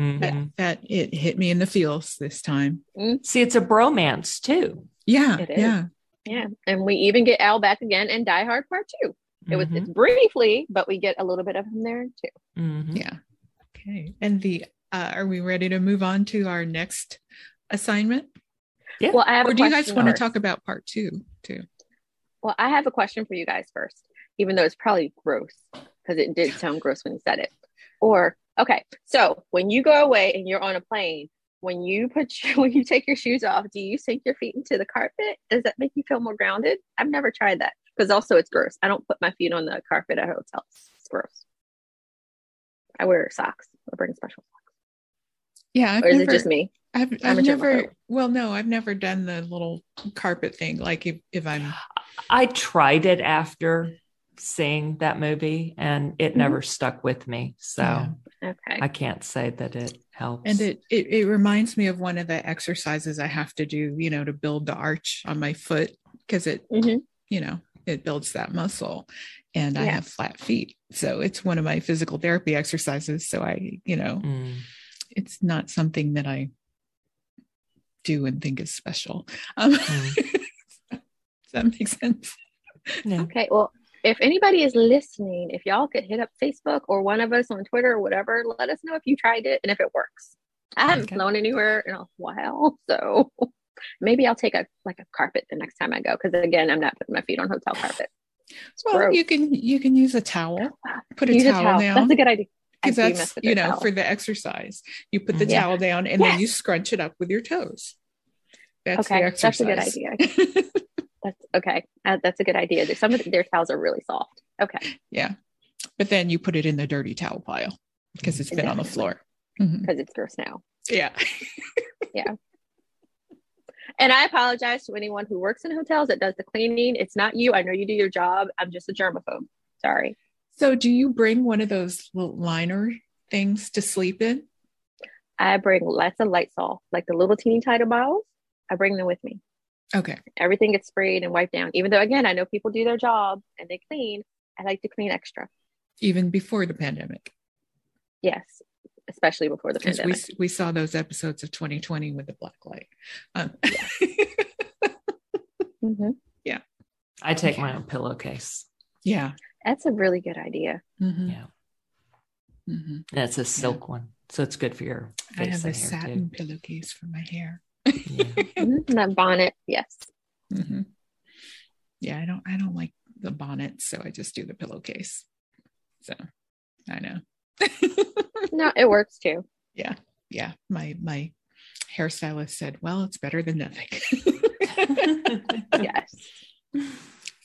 Speaker 3: Mm-hmm.
Speaker 2: Mhm.
Speaker 1: that it hit me in the feels this time
Speaker 2: See, it's a bromance too.
Speaker 1: yeah
Speaker 3: It is.
Speaker 1: yeah
Speaker 3: Yeah, and we even get Al back again in Die Hard Part Two. It was
Speaker 2: Mhm.
Speaker 1: Mm-hmm.
Speaker 3: it's briefly, but we get a little bit of him there too. Mm-hmm.
Speaker 2: Mhm.
Speaker 1: yeah Mm-hmm. okay and the uh, are we ready to move on to our next assignment
Speaker 2: Yeah.
Speaker 3: Well, I have.
Speaker 1: or
Speaker 3: a
Speaker 1: do you guys
Speaker 3: question
Speaker 1: want to
Speaker 3: first.
Speaker 1: talk about part two too
Speaker 3: Well, I have a question for you guys first, even though it's probably gross because it did sound gross when you said it. Or okay, so when you go away and you're on a plane, when you put your, when you take your shoes off, do you sink your feet into the carpet? Does that make you feel more grounded? I've never tried that because also it's gross. I don't put my feet on the carpet at hotels. It's gross. I wear socks. I bring special.
Speaker 1: yeah I've
Speaker 3: or is
Speaker 1: never-
Speaker 3: it just me?
Speaker 1: I've,
Speaker 3: I'm
Speaker 1: I've
Speaker 3: a
Speaker 1: never
Speaker 3: germaphobe.
Speaker 1: well no I've never done the little carpet thing like if, if I'm
Speaker 2: I tried it after seeing that movie and it
Speaker 3: Mhm.
Speaker 2: never stuck with me. So
Speaker 1: Yeah.
Speaker 3: Okay.
Speaker 2: I can't say that it helps.
Speaker 1: And it, it it reminds me of one of the exercises I have to do, you know, to build the arch on my foot because it,
Speaker 3: Mhm.
Speaker 1: you know, it builds that muscle. And I
Speaker 3: Yeah.
Speaker 1: have flat feet. So it's one of my physical therapy exercises. So I, you know,
Speaker 2: Mm.
Speaker 3: Mm-hmm.
Speaker 1: it's not something that I do and think is special. Um,
Speaker 2: Mm.
Speaker 1: does that make sense?
Speaker 2: Yeah.
Speaker 3: Okay. Well, if anybody is listening, if y'all could hit up Facebook or one of us on Twitter or whatever, let us know if you tried it and if it works. I haven't
Speaker 1: Okay.
Speaker 3: flown anywhere in a while, so maybe I'll take a like a carpet the next time I go. Because again, I'm not putting my feet on hotel carpet. It's
Speaker 1: Well,
Speaker 3: gross.
Speaker 1: you can you can use a towel, put a
Speaker 3: Use
Speaker 1: towel, down.
Speaker 3: That's a good idea. I
Speaker 1: because
Speaker 3: do
Speaker 1: that's
Speaker 3: mess with
Speaker 1: you
Speaker 3: the
Speaker 1: know
Speaker 3: towel.
Speaker 1: for the exercise you put the
Speaker 2: Mhm.
Speaker 3: Yeah.
Speaker 1: towel down and then you scrunch it up with your toes that's the
Speaker 3: okay, that's a
Speaker 1: exercise
Speaker 3: good idea. That's okay. Uh, that's a good idea. There's Some of their towels are really soft. Okay,
Speaker 1: yeah but then you put it in the dirty towel pile because it's been on the
Speaker 3: Definitely.
Speaker 1: floor Mhm.
Speaker 3: because it's gross now.
Speaker 1: yeah
Speaker 3: And I apologize to anyone who works in hotels that does the cleaning. It's not you. I know you do your job. I'm just a germaphobe. Sorry.
Speaker 1: so do you bring one of those little liner things to sleep in
Speaker 3: I bring lots of Lysol, like the little teeny tiny bottles. I bring them with me.
Speaker 1: okay
Speaker 3: Everything gets sprayed and wiped down. Even though, again, I know people do their job and they clean. I like to clean extra.
Speaker 1: even before the pandemic
Speaker 3: Yes, especially before the
Speaker 1: because
Speaker 3: pandemic.
Speaker 1: we, we saw those episodes of 2020 with the black light um,
Speaker 3: hmm
Speaker 2: I take my own pillowcase.
Speaker 1: yeah
Speaker 3: That's a really good idea.
Speaker 1: Mhm.
Speaker 2: Yeah.
Speaker 1: Mhm.
Speaker 2: And it's a silk one. So it's good for your
Speaker 1: i
Speaker 2: face.
Speaker 1: have a
Speaker 2: and hair,
Speaker 1: satin
Speaker 2: too.
Speaker 1: pillowcase for my hair
Speaker 2: Yeah.
Speaker 3: Mhm. And That bonnet, yes.
Speaker 1: hmm Yeah, I don't. I don't like the bonnet, so I just do the pillowcase. So I know.
Speaker 3: No, it works too.
Speaker 1: Yeah, my my hairstylist said, "Well, it's better than nothing."
Speaker 3: Yes.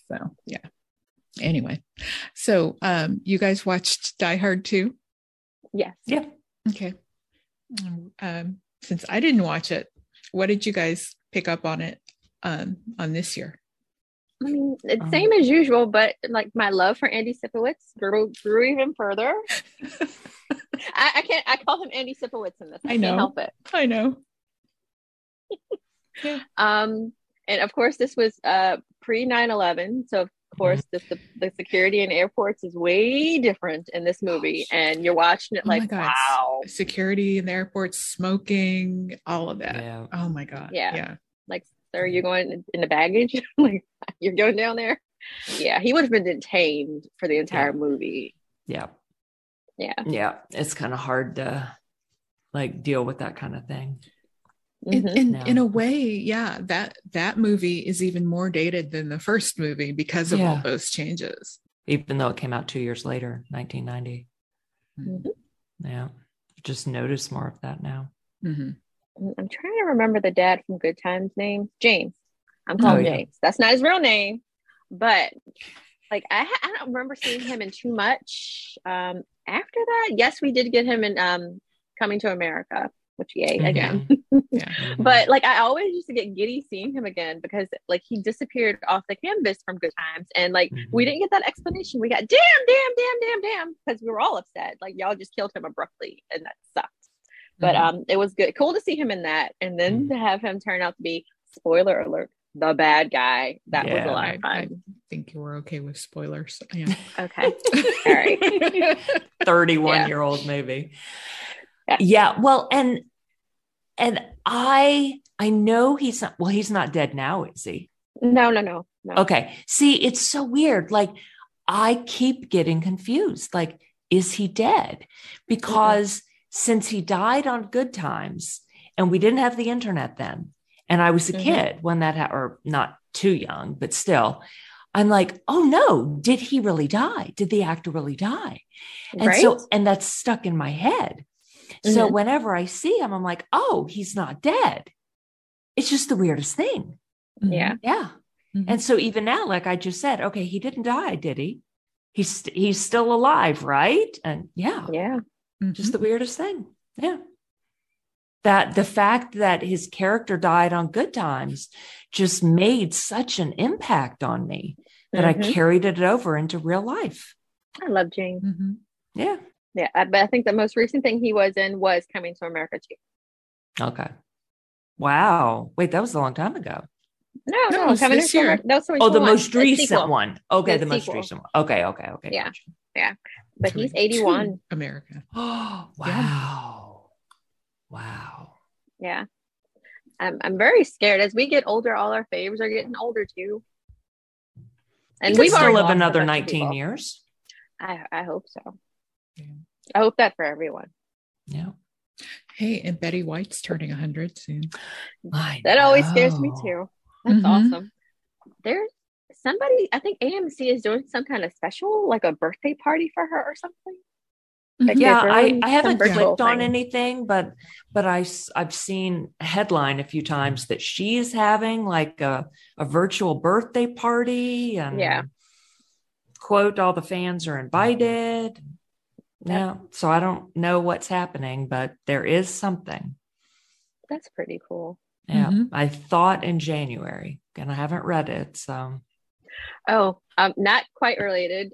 Speaker 1: so yeah. Anyway, so um, you guys watched Die Hard too?
Speaker 3: Yes.
Speaker 2: yeah.
Speaker 1: Okay. Um, since I didn't watch it, what did you guys pick up on it um, on this year?
Speaker 3: I mean, it's
Speaker 2: Um,
Speaker 3: same as usual, but like my love for Andy Sipowicz grew grew even further. I, I can't. I call him Andy Sipowicz in this. I,
Speaker 1: I know.
Speaker 3: can't help it.
Speaker 1: I know.
Speaker 3: Um, and of course, this was uh pre 9-11. so of course,
Speaker 1: Mm-hmm.
Speaker 3: the, the, the security in airports is way different in this movie,
Speaker 1: Gosh.
Speaker 3: and you're watching it
Speaker 1: Oh my
Speaker 3: like,
Speaker 1: God.
Speaker 3: wow,
Speaker 1: Security in the airport, smoking, all of that.
Speaker 2: Yeah.
Speaker 1: Oh my God.
Speaker 3: Yeah.
Speaker 1: Yeah.
Speaker 3: like, sir, you're going in the baggage, like, you're going down there. Yeah, he would have been detained for the entire
Speaker 2: Yeah.
Speaker 3: movie.
Speaker 2: Yeah.
Speaker 3: Yeah.
Speaker 2: Yeah. It's kind of hard to like deal with that kind of thing.
Speaker 1: In,
Speaker 3: Mhm.
Speaker 1: in,
Speaker 2: No.
Speaker 1: in a way, yeah, that that movie is even more dated than the first movie because of all
Speaker 2: Yeah.
Speaker 1: those changes.
Speaker 2: even though it came out two years later, 1990.
Speaker 1: Mm-hmm.
Speaker 3: Mhm.
Speaker 2: Yeah. Just notice more of that now.
Speaker 1: Mhm.
Speaker 3: I'm- I'm trying to remember the dad from Good Times name. James. I'm calling
Speaker 2: Oh,
Speaker 3: him
Speaker 2: yeah.
Speaker 3: James. That's not his real name, but like I, ha- I don't remember seeing him in too much. Um, after that, yes, we did get him in um, Coming to America, which yay again.
Speaker 2: Mhm.
Speaker 1: Yeah.
Speaker 2: Mhm.
Speaker 3: But like I always used to get giddy seeing him again because like he disappeared off the canvas from Good Times, and like we
Speaker 2: Mhm.
Speaker 3: didn't get that explanation. We got damn, damn, damn, damn, damn because we were all upset. Like y'all just killed him abruptly, and that sucked but
Speaker 1: Mm-hmm.
Speaker 2: uh, Mm-hmm.
Speaker 3: um it was good cool to see him in that and then to have him turn out to be spoiler alert the bad guy that was a
Speaker 2: Yeah.
Speaker 3: lot
Speaker 1: I,
Speaker 3: of
Speaker 1: I
Speaker 3: fun
Speaker 1: think you were okay with spoilers. Yeah.
Speaker 3: okay all right
Speaker 2: 31
Speaker 3: Yeah.
Speaker 2: year old maybe
Speaker 3: Yeah.
Speaker 2: yeah well and and i i know he's not well he's not dead now is he
Speaker 3: no no no no
Speaker 2: Okay. See, it's so weird. Like, I keep getting confused. Like, is he dead? Because since he died on Good Times, and we didn't have the internet then, and I was a
Speaker 3: Mhm.
Speaker 2: kid when that, ha- or not too young, but still, I'm like, oh no, did he really die? Did the actor really die? And
Speaker 3: right
Speaker 2: so, and that's stuck in my head. So
Speaker 3: Mhm.
Speaker 2: whenever I see him, I'm like, oh, he's not dead. It's just the weirdest thing.
Speaker 3: yeah
Speaker 2: Yeah.
Speaker 3: Mm-hmm.
Speaker 1: Mhm.
Speaker 2: And so even now, like I just said, okay, he didn't die, did he? He's he's still alive, right? And yeah,
Speaker 3: yeah
Speaker 1: Mhm.
Speaker 3: Mm-hmm.
Speaker 2: just the weirdest thing. Yeah. That the fact that his character died on good times just made such an impact on me that I
Speaker 3: Mhm.
Speaker 2: carried it over into real life.
Speaker 3: I love james
Speaker 1: Mhm.
Speaker 2: Yeah.
Speaker 3: yeah I, but i think the most recent thing he was in was coming to america too
Speaker 2: Okay. Wow. Wait, that was a long time ago.
Speaker 3: no
Speaker 1: No, it
Speaker 3: no,
Speaker 1: was
Speaker 3: coming
Speaker 1: this
Speaker 3: to
Speaker 1: year.
Speaker 3: America no, sorry,
Speaker 2: Oh, the
Speaker 3: one,
Speaker 2: most
Speaker 3: a
Speaker 2: recent
Speaker 3: sequel.
Speaker 2: one. Okay,
Speaker 3: The
Speaker 2: the, most
Speaker 3: sequel.
Speaker 2: recent one. Okay, okay, okay.
Speaker 3: Yeah.
Speaker 2: gotcha.
Speaker 3: but he's
Speaker 1: Coming to
Speaker 3: 81
Speaker 1: America.
Speaker 2: Oh, wow. Wow.
Speaker 3: yeah I'm, I'm very scared as we get older all our faves are getting older too
Speaker 2: And
Speaker 3: and
Speaker 2: we
Speaker 3: we've
Speaker 2: still
Speaker 3: already
Speaker 2: live
Speaker 3: lost a
Speaker 2: another
Speaker 3: bunch of people.
Speaker 2: 19 years.
Speaker 3: I, I hope so.
Speaker 1: Yeah.
Speaker 3: I hope that for everyone.
Speaker 2: Yeah.
Speaker 1: Hey, and Betty White's turning 100 soon.
Speaker 2: I
Speaker 3: That always scares me
Speaker 2: know.
Speaker 3: too. That's
Speaker 1: Mhm.
Speaker 3: awesome. There's somebody, I think AMC is doing some kind of special, like a birthday party for her or something. Like
Speaker 1: Mhm.
Speaker 3: they're
Speaker 2: Yeah, I,
Speaker 3: doing
Speaker 2: I
Speaker 3: some
Speaker 2: haven't
Speaker 3: virtual
Speaker 2: clicked on
Speaker 3: thing.
Speaker 2: anything, but but I have seen a headline a few times that she's having like a, a virtual birthday party and
Speaker 3: Yeah.
Speaker 2: quote all the fans are invited. Yeah. So I don't know what's happening, but there is something.
Speaker 3: That's pretty cool.
Speaker 2: Yeah.
Speaker 3: Mm-hmm.
Speaker 1: Mhm.
Speaker 2: I thought in January and I haven't read it. So
Speaker 3: Oh, um, not quite related.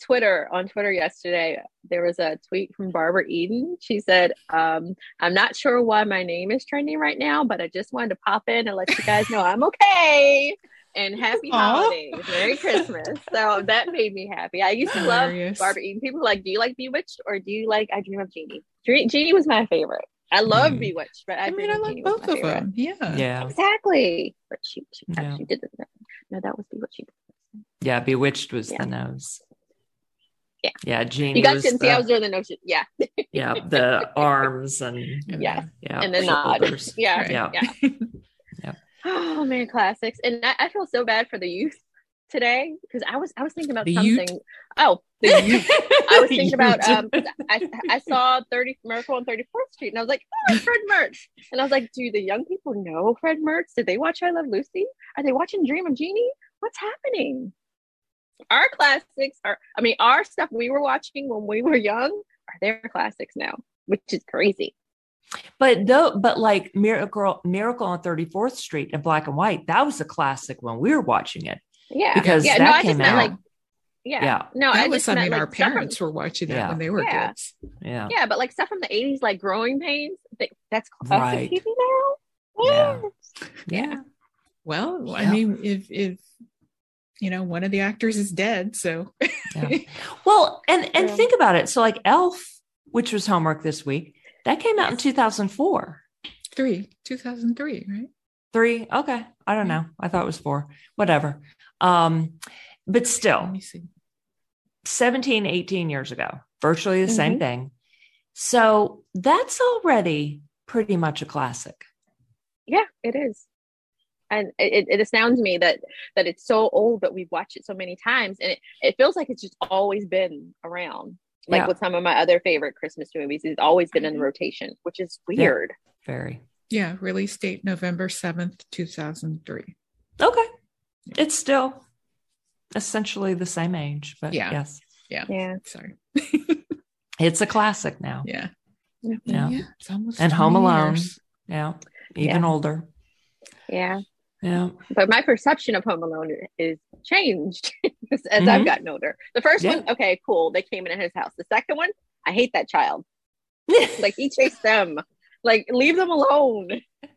Speaker 3: Twitter on Twitter yesterday, there was a tweet from Barbara Eden. She said, um, "I'm not sure why my name is trending right now, but I just wanted to pop in and let you guys know I'm okay and happy
Speaker 1: Aw.
Speaker 3: holidays, Merry Christmas." So that made me happy. I used to love
Speaker 1: Hilarious.
Speaker 3: Barbara Eden. People were like, "Do you like Bewitched or do you like I Dream of Jeannie?" Dre- Jeannie was my favorite. I love
Speaker 2: Mhm.
Speaker 3: Bewitched, but I,
Speaker 1: Mm-hmm. I mean,
Speaker 3: Dream
Speaker 1: I
Speaker 3: of
Speaker 1: like
Speaker 3: Jeannie was
Speaker 1: both
Speaker 3: my
Speaker 1: of
Speaker 3: favorite.
Speaker 1: them. Yeah.
Speaker 2: yeah.
Speaker 3: Exactly, but she she,
Speaker 2: Yeah.
Speaker 3: she did it. No, that was Bewitched. She did.
Speaker 2: Yeah, Bewitched was
Speaker 3: Yeah.
Speaker 2: the nose.
Speaker 3: Yeah.
Speaker 2: Yeah, Jeannie
Speaker 3: You guys
Speaker 2: was
Speaker 3: couldn't see
Speaker 2: the-
Speaker 3: I was doing the notion. Yeah.
Speaker 2: yeah, the arms and
Speaker 1: And
Speaker 3: Yes.
Speaker 2: yeah,
Speaker 3: and the nod.
Speaker 2: shoulders.
Speaker 3: Yeah.
Speaker 1: Right.
Speaker 2: Yeah.
Speaker 3: Yeah.
Speaker 2: Yep.
Speaker 3: Oh man, classics. And I, I feel so bad for the youth today because I was I was thinking about
Speaker 1: The
Speaker 3: something.
Speaker 1: youth?
Speaker 3: Oh, the youth. I was thinking
Speaker 2: You
Speaker 3: about
Speaker 2: did.
Speaker 3: um I, I saw 30 Miracle on 34th Street and I was like, oh, Fred Mertz. And I was like, do the young people know Fred Mertz? Did they watch I Love Lucy? Are they watching Dream of Jeannie? What's happening? Our classics are I mean, our stuff we were watching when we were young are their classics now, which is crazy.
Speaker 2: But though, but like Miracle, Miracle on Thirty Fourth Street and Black and White, that was a classic when we were watching it.
Speaker 3: Yeah.
Speaker 2: Because
Speaker 3: yeah,
Speaker 2: that
Speaker 3: no, I
Speaker 2: came
Speaker 3: just meant
Speaker 2: out.
Speaker 3: like
Speaker 2: Yeah,
Speaker 3: yeah.
Speaker 2: yeah,
Speaker 3: No,
Speaker 1: that
Speaker 3: I
Speaker 1: was,
Speaker 3: just
Speaker 1: I
Speaker 3: meant,
Speaker 1: mean,
Speaker 3: like,
Speaker 1: our
Speaker 3: stuff from-
Speaker 1: parents were watching that
Speaker 2: Yeah.
Speaker 1: when they were
Speaker 3: Yeah.
Speaker 1: kids.
Speaker 2: yeah.
Speaker 3: yeah, but like stuff from the '80s, like Growing Pains. They, that's
Speaker 2: Right.
Speaker 3: classic TV now.
Speaker 2: Yeah.
Speaker 3: Yes.
Speaker 1: Well, I
Speaker 2: Yeah.
Speaker 1: mean, if if you know, one of the actors is dead. So
Speaker 2: Yeah. Well, and and
Speaker 3: Yeah.
Speaker 2: think about it. So like Elf, which was homework this week, that came out in 2004.
Speaker 1: three, 2003, right?
Speaker 2: 3. Okay. I don't know. I thought it was 4. Whatever. Um but
Speaker 1: Let
Speaker 2: still
Speaker 1: me see.
Speaker 2: 17, 18 years ago, virtually the same
Speaker 1: Mm-hmm.
Speaker 3: Mhm.
Speaker 2: thing. So that's already pretty much a classic.
Speaker 3: Yeah, it is. And it, it astounds me that that it's so old that we've watched it so many times, and it, it feels like it's just always been around. Like
Speaker 2: Yeah.
Speaker 3: with some of my other favorite Christmas movies, it's always been in rotation, which is weird.
Speaker 2: Very.
Speaker 1: Yeah, release date November 7th, 2003.
Speaker 2: Okay. It's still essentially the same age, but
Speaker 1: Yeah.
Speaker 2: yes.
Speaker 3: Yeah,
Speaker 1: Sorry.
Speaker 2: It's a classic now.
Speaker 1: Yeah.
Speaker 3: Yeah.
Speaker 1: It's almost
Speaker 2: And Home
Speaker 1: 20
Speaker 2: Alone.
Speaker 1: years.
Speaker 2: Yeah. Even
Speaker 3: Yeah.
Speaker 2: older.
Speaker 3: yeah.
Speaker 2: Yeah.
Speaker 3: But my perception of Home Alone is changed as
Speaker 2: Mhm.
Speaker 3: I've gotten older. The first
Speaker 2: Yeah.
Speaker 3: one, okay, cool. They came in at his house. The second one, I hate that child. Like he chased them. Like leave them alone.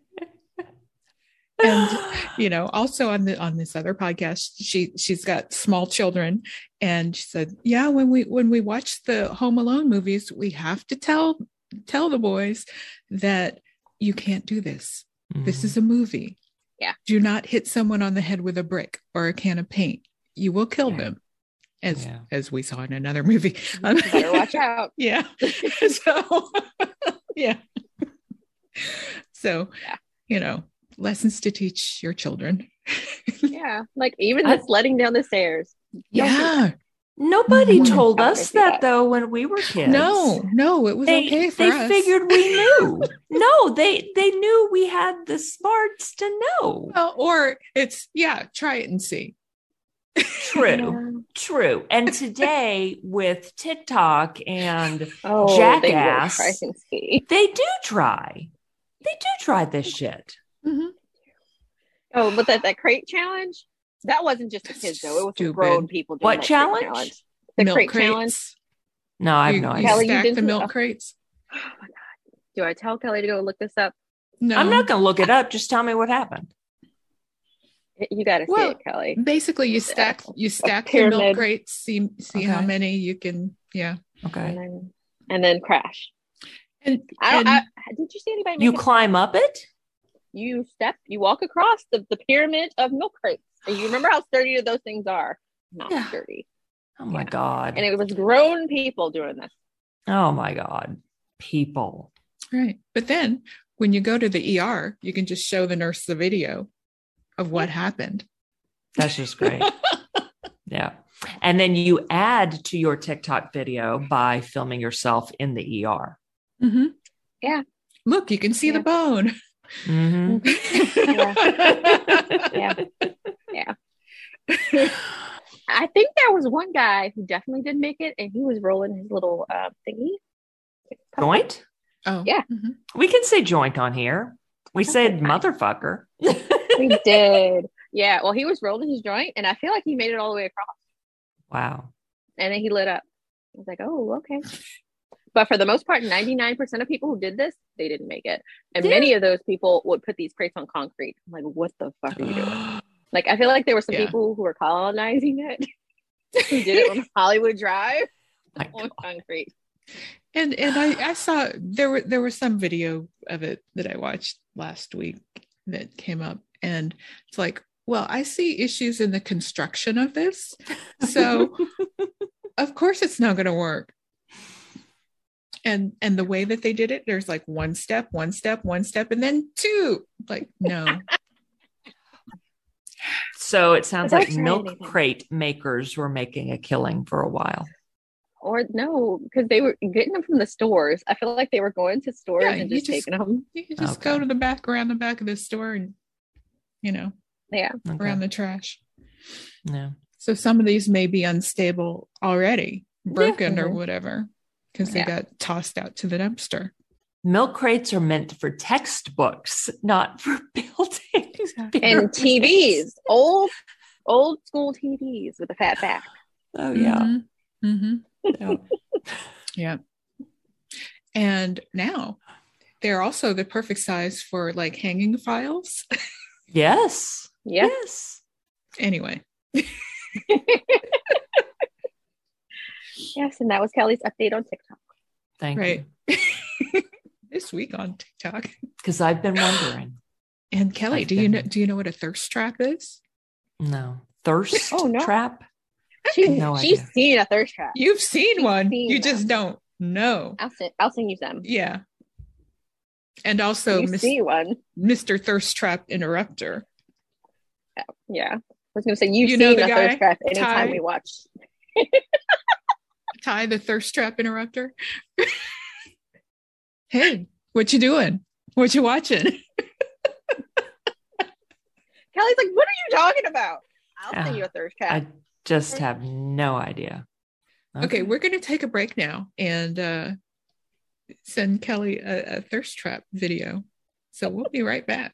Speaker 1: And you know also on the on this other podcast she she's got small children and she said yeah when we when we watch the home alone movies we have to tell tell the boys that you can't do this this is a movie
Speaker 3: Yeah.
Speaker 1: do not hit someone on the head with a brick or a can of paint you will kill
Speaker 2: Yeah.
Speaker 1: them as
Speaker 2: Yeah.
Speaker 1: as we saw in another movie Um,
Speaker 3: You better watch out.
Speaker 1: yeah so yeah so
Speaker 3: Yeah.
Speaker 1: you know lessons to teach your children
Speaker 3: Yeah. Like even
Speaker 2: I-
Speaker 3: just letting down the stairs. Don't do
Speaker 1: yeah
Speaker 2: Nobody
Speaker 1: Mhm.
Speaker 2: told
Speaker 3: I
Speaker 2: us
Speaker 3: see
Speaker 2: that,
Speaker 3: that.
Speaker 2: though when we were kids.
Speaker 1: No, no, it was
Speaker 2: They,
Speaker 1: okay for
Speaker 2: they
Speaker 1: us.
Speaker 2: figured we knew. no, they they knew we had the smarts to know.
Speaker 1: Well, or it's yeah, try it and see.
Speaker 2: True. True. And today with TikTok and
Speaker 3: Oh, they were
Speaker 2: Jackass.
Speaker 3: pricing ski.
Speaker 2: they do try. They do try this shit.
Speaker 3: Mm-hmm. Oh, but that, that crate challenge? That wasn't just the
Speaker 1: That's
Speaker 3: kids though. It was the
Speaker 1: stupid.
Speaker 3: grown people doing
Speaker 2: What
Speaker 3: that crate
Speaker 2: challenge?
Speaker 3: The
Speaker 1: milk
Speaker 3: crate
Speaker 1: crates.
Speaker 3: challenge.
Speaker 2: No, I have
Speaker 1: you,
Speaker 2: no
Speaker 1: you
Speaker 2: idea.
Speaker 3: Kelly, you
Speaker 1: stack the
Speaker 3: didn't-
Speaker 1: milk
Speaker 3: oh.
Speaker 1: crates.
Speaker 3: Oh my god. Do I tell Kelly to go look this up?
Speaker 1: No,
Speaker 2: I'm not going to look it up. Just tell me what happened.
Speaker 3: You gotta see
Speaker 1: Well,
Speaker 3: it, Kelly.
Speaker 1: Basically, you stack you stack the
Speaker 3: pyramid.
Speaker 1: milk crates. See see how
Speaker 2: Okay.
Speaker 1: many you can. Yeah,
Speaker 3: And
Speaker 2: Okay.
Speaker 3: then, and then crash.
Speaker 1: and,
Speaker 3: I don't.
Speaker 1: and
Speaker 3: I, did you see anybody?
Speaker 2: You
Speaker 3: make a-
Speaker 2: climb up it?
Speaker 3: you step. You walk across the, the pyramid of milk crates. And you remember how sturdy those things are? Not
Speaker 2: Yeah.
Speaker 3: sturdy.
Speaker 2: Oh my God.
Speaker 3: And it was grown people doing this.
Speaker 2: Oh my God. People.
Speaker 1: right, but then when you go to the ER, you can just show the nurse the video of what happened.
Speaker 2: That's just great. yeah. And then you add to your TikTok video by filming yourself in the ER.
Speaker 1: Mhm.
Speaker 3: Mm-hmm. Yeah.
Speaker 1: look, you can see
Speaker 3: Yeah.
Speaker 1: the bone.
Speaker 2: Mhm.
Speaker 3: Yeah. I think there was one guy who definitely did make it, and he was rolling his little uh, thingy.
Speaker 2: Joint?
Speaker 1: Oh
Speaker 3: Yeah.
Speaker 1: Mhm.
Speaker 2: We can say joint on here. We said motherfucker.
Speaker 3: We did. Yeah. Well, he was rolling his joint, and I feel like he made it all the way across.
Speaker 2: Wow.
Speaker 3: and then he lit up. I was like, oh, okay. But for the most part, 99% of people who did this, they didn't make it. And
Speaker 2: Yeah.
Speaker 3: many of those people would put these crates on concrete. I'm like, what the fuck are you doing? Like, I feel like there were some
Speaker 1: Yeah.
Speaker 3: people who were colonizing it who did it on Hollywood Drive
Speaker 2: My
Speaker 3: on concrete.
Speaker 1: And and I, I saw there were there was some video of it that I watched last week that came up, and it's like, well, I see issues in the construction of this, so of course it's not going to work. And and the way that they did it, there's like one step, one step, one step, and then two. Like no,
Speaker 2: So it sounds
Speaker 3: Without
Speaker 2: like
Speaker 3: trying
Speaker 2: milk
Speaker 3: anything.
Speaker 2: crate makers were making a killing for a while.
Speaker 3: Or no, because they were getting them from the stores. I feel like they were going to stores
Speaker 1: Yeah,
Speaker 3: and
Speaker 1: you
Speaker 3: just,
Speaker 1: just-
Speaker 3: taking them.
Speaker 1: you can just
Speaker 2: Okay.
Speaker 1: go to the back around the back of the store and you know
Speaker 3: Yeah.
Speaker 2: Okay.
Speaker 1: around the trash.
Speaker 2: yeah.
Speaker 1: So some of these may be unstable already, broken or
Speaker 3: Mhm.
Speaker 1: whatever, because they
Speaker 3: Yeah.
Speaker 1: got tossed out to the dumpster.
Speaker 2: Milk crates are meant for textbooks, not for buildings.
Speaker 1: Exactly.
Speaker 3: And
Speaker 2: Pyramids.
Speaker 3: TVs, old, old school TVs with a fat back.
Speaker 2: Oh yeah.
Speaker 1: Mhm. Mhm.
Speaker 3: Mm-hmm.
Speaker 2: yeah.
Speaker 1: And now they're also the perfect size for like hanging files.
Speaker 2: Yes.
Speaker 3: Yeah.
Speaker 2: Yes.
Speaker 1: anyway,
Speaker 3: yes, and that was Kelly's update on TikTok.
Speaker 2: Thank
Speaker 1: right.
Speaker 2: you.
Speaker 1: this week on TikTok.
Speaker 2: Because I've been wondering.
Speaker 1: And Kelly,
Speaker 2: I've
Speaker 1: do you
Speaker 2: been-
Speaker 1: know do you know what a thirst trap is?
Speaker 2: No. Thirst
Speaker 3: Oh, no.
Speaker 2: trap?
Speaker 3: She,
Speaker 2: No
Speaker 3: she's
Speaker 2: idea.
Speaker 3: seen a thirst trap.
Speaker 1: You've seen
Speaker 3: She's
Speaker 1: one.
Speaker 3: seen
Speaker 1: you
Speaker 3: them.
Speaker 1: just don't know.
Speaker 3: I'll send, I'll send you them.
Speaker 1: Yeah. And also
Speaker 3: you
Speaker 1: Mis-
Speaker 3: see one.
Speaker 1: Mr. Thirst Trap Interrupter.
Speaker 3: Yeah. I was gonna say you've
Speaker 1: You know
Speaker 3: seen
Speaker 1: the
Speaker 3: a
Speaker 1: guy,
Speaker 3: thirst trap anytime
Speaker 1: Ty?
Speaker 3: we watch.
Speaker 1: Ty the Thirst Trap Interrupter. hey, what you doing? What you watching?
Speaker 3: Kelly's like, what are you talking about? I'll
Speaker 2: Yeah.
Speaker 3: send
Speaker 1: Ah,
Speaker 3: you a thirst trap.
Speaker 2: I just have no idea.
Speaker 1: Okay, we're going to take a break now and uh, send Kelly a, a thirst trap video. So we'll be right back.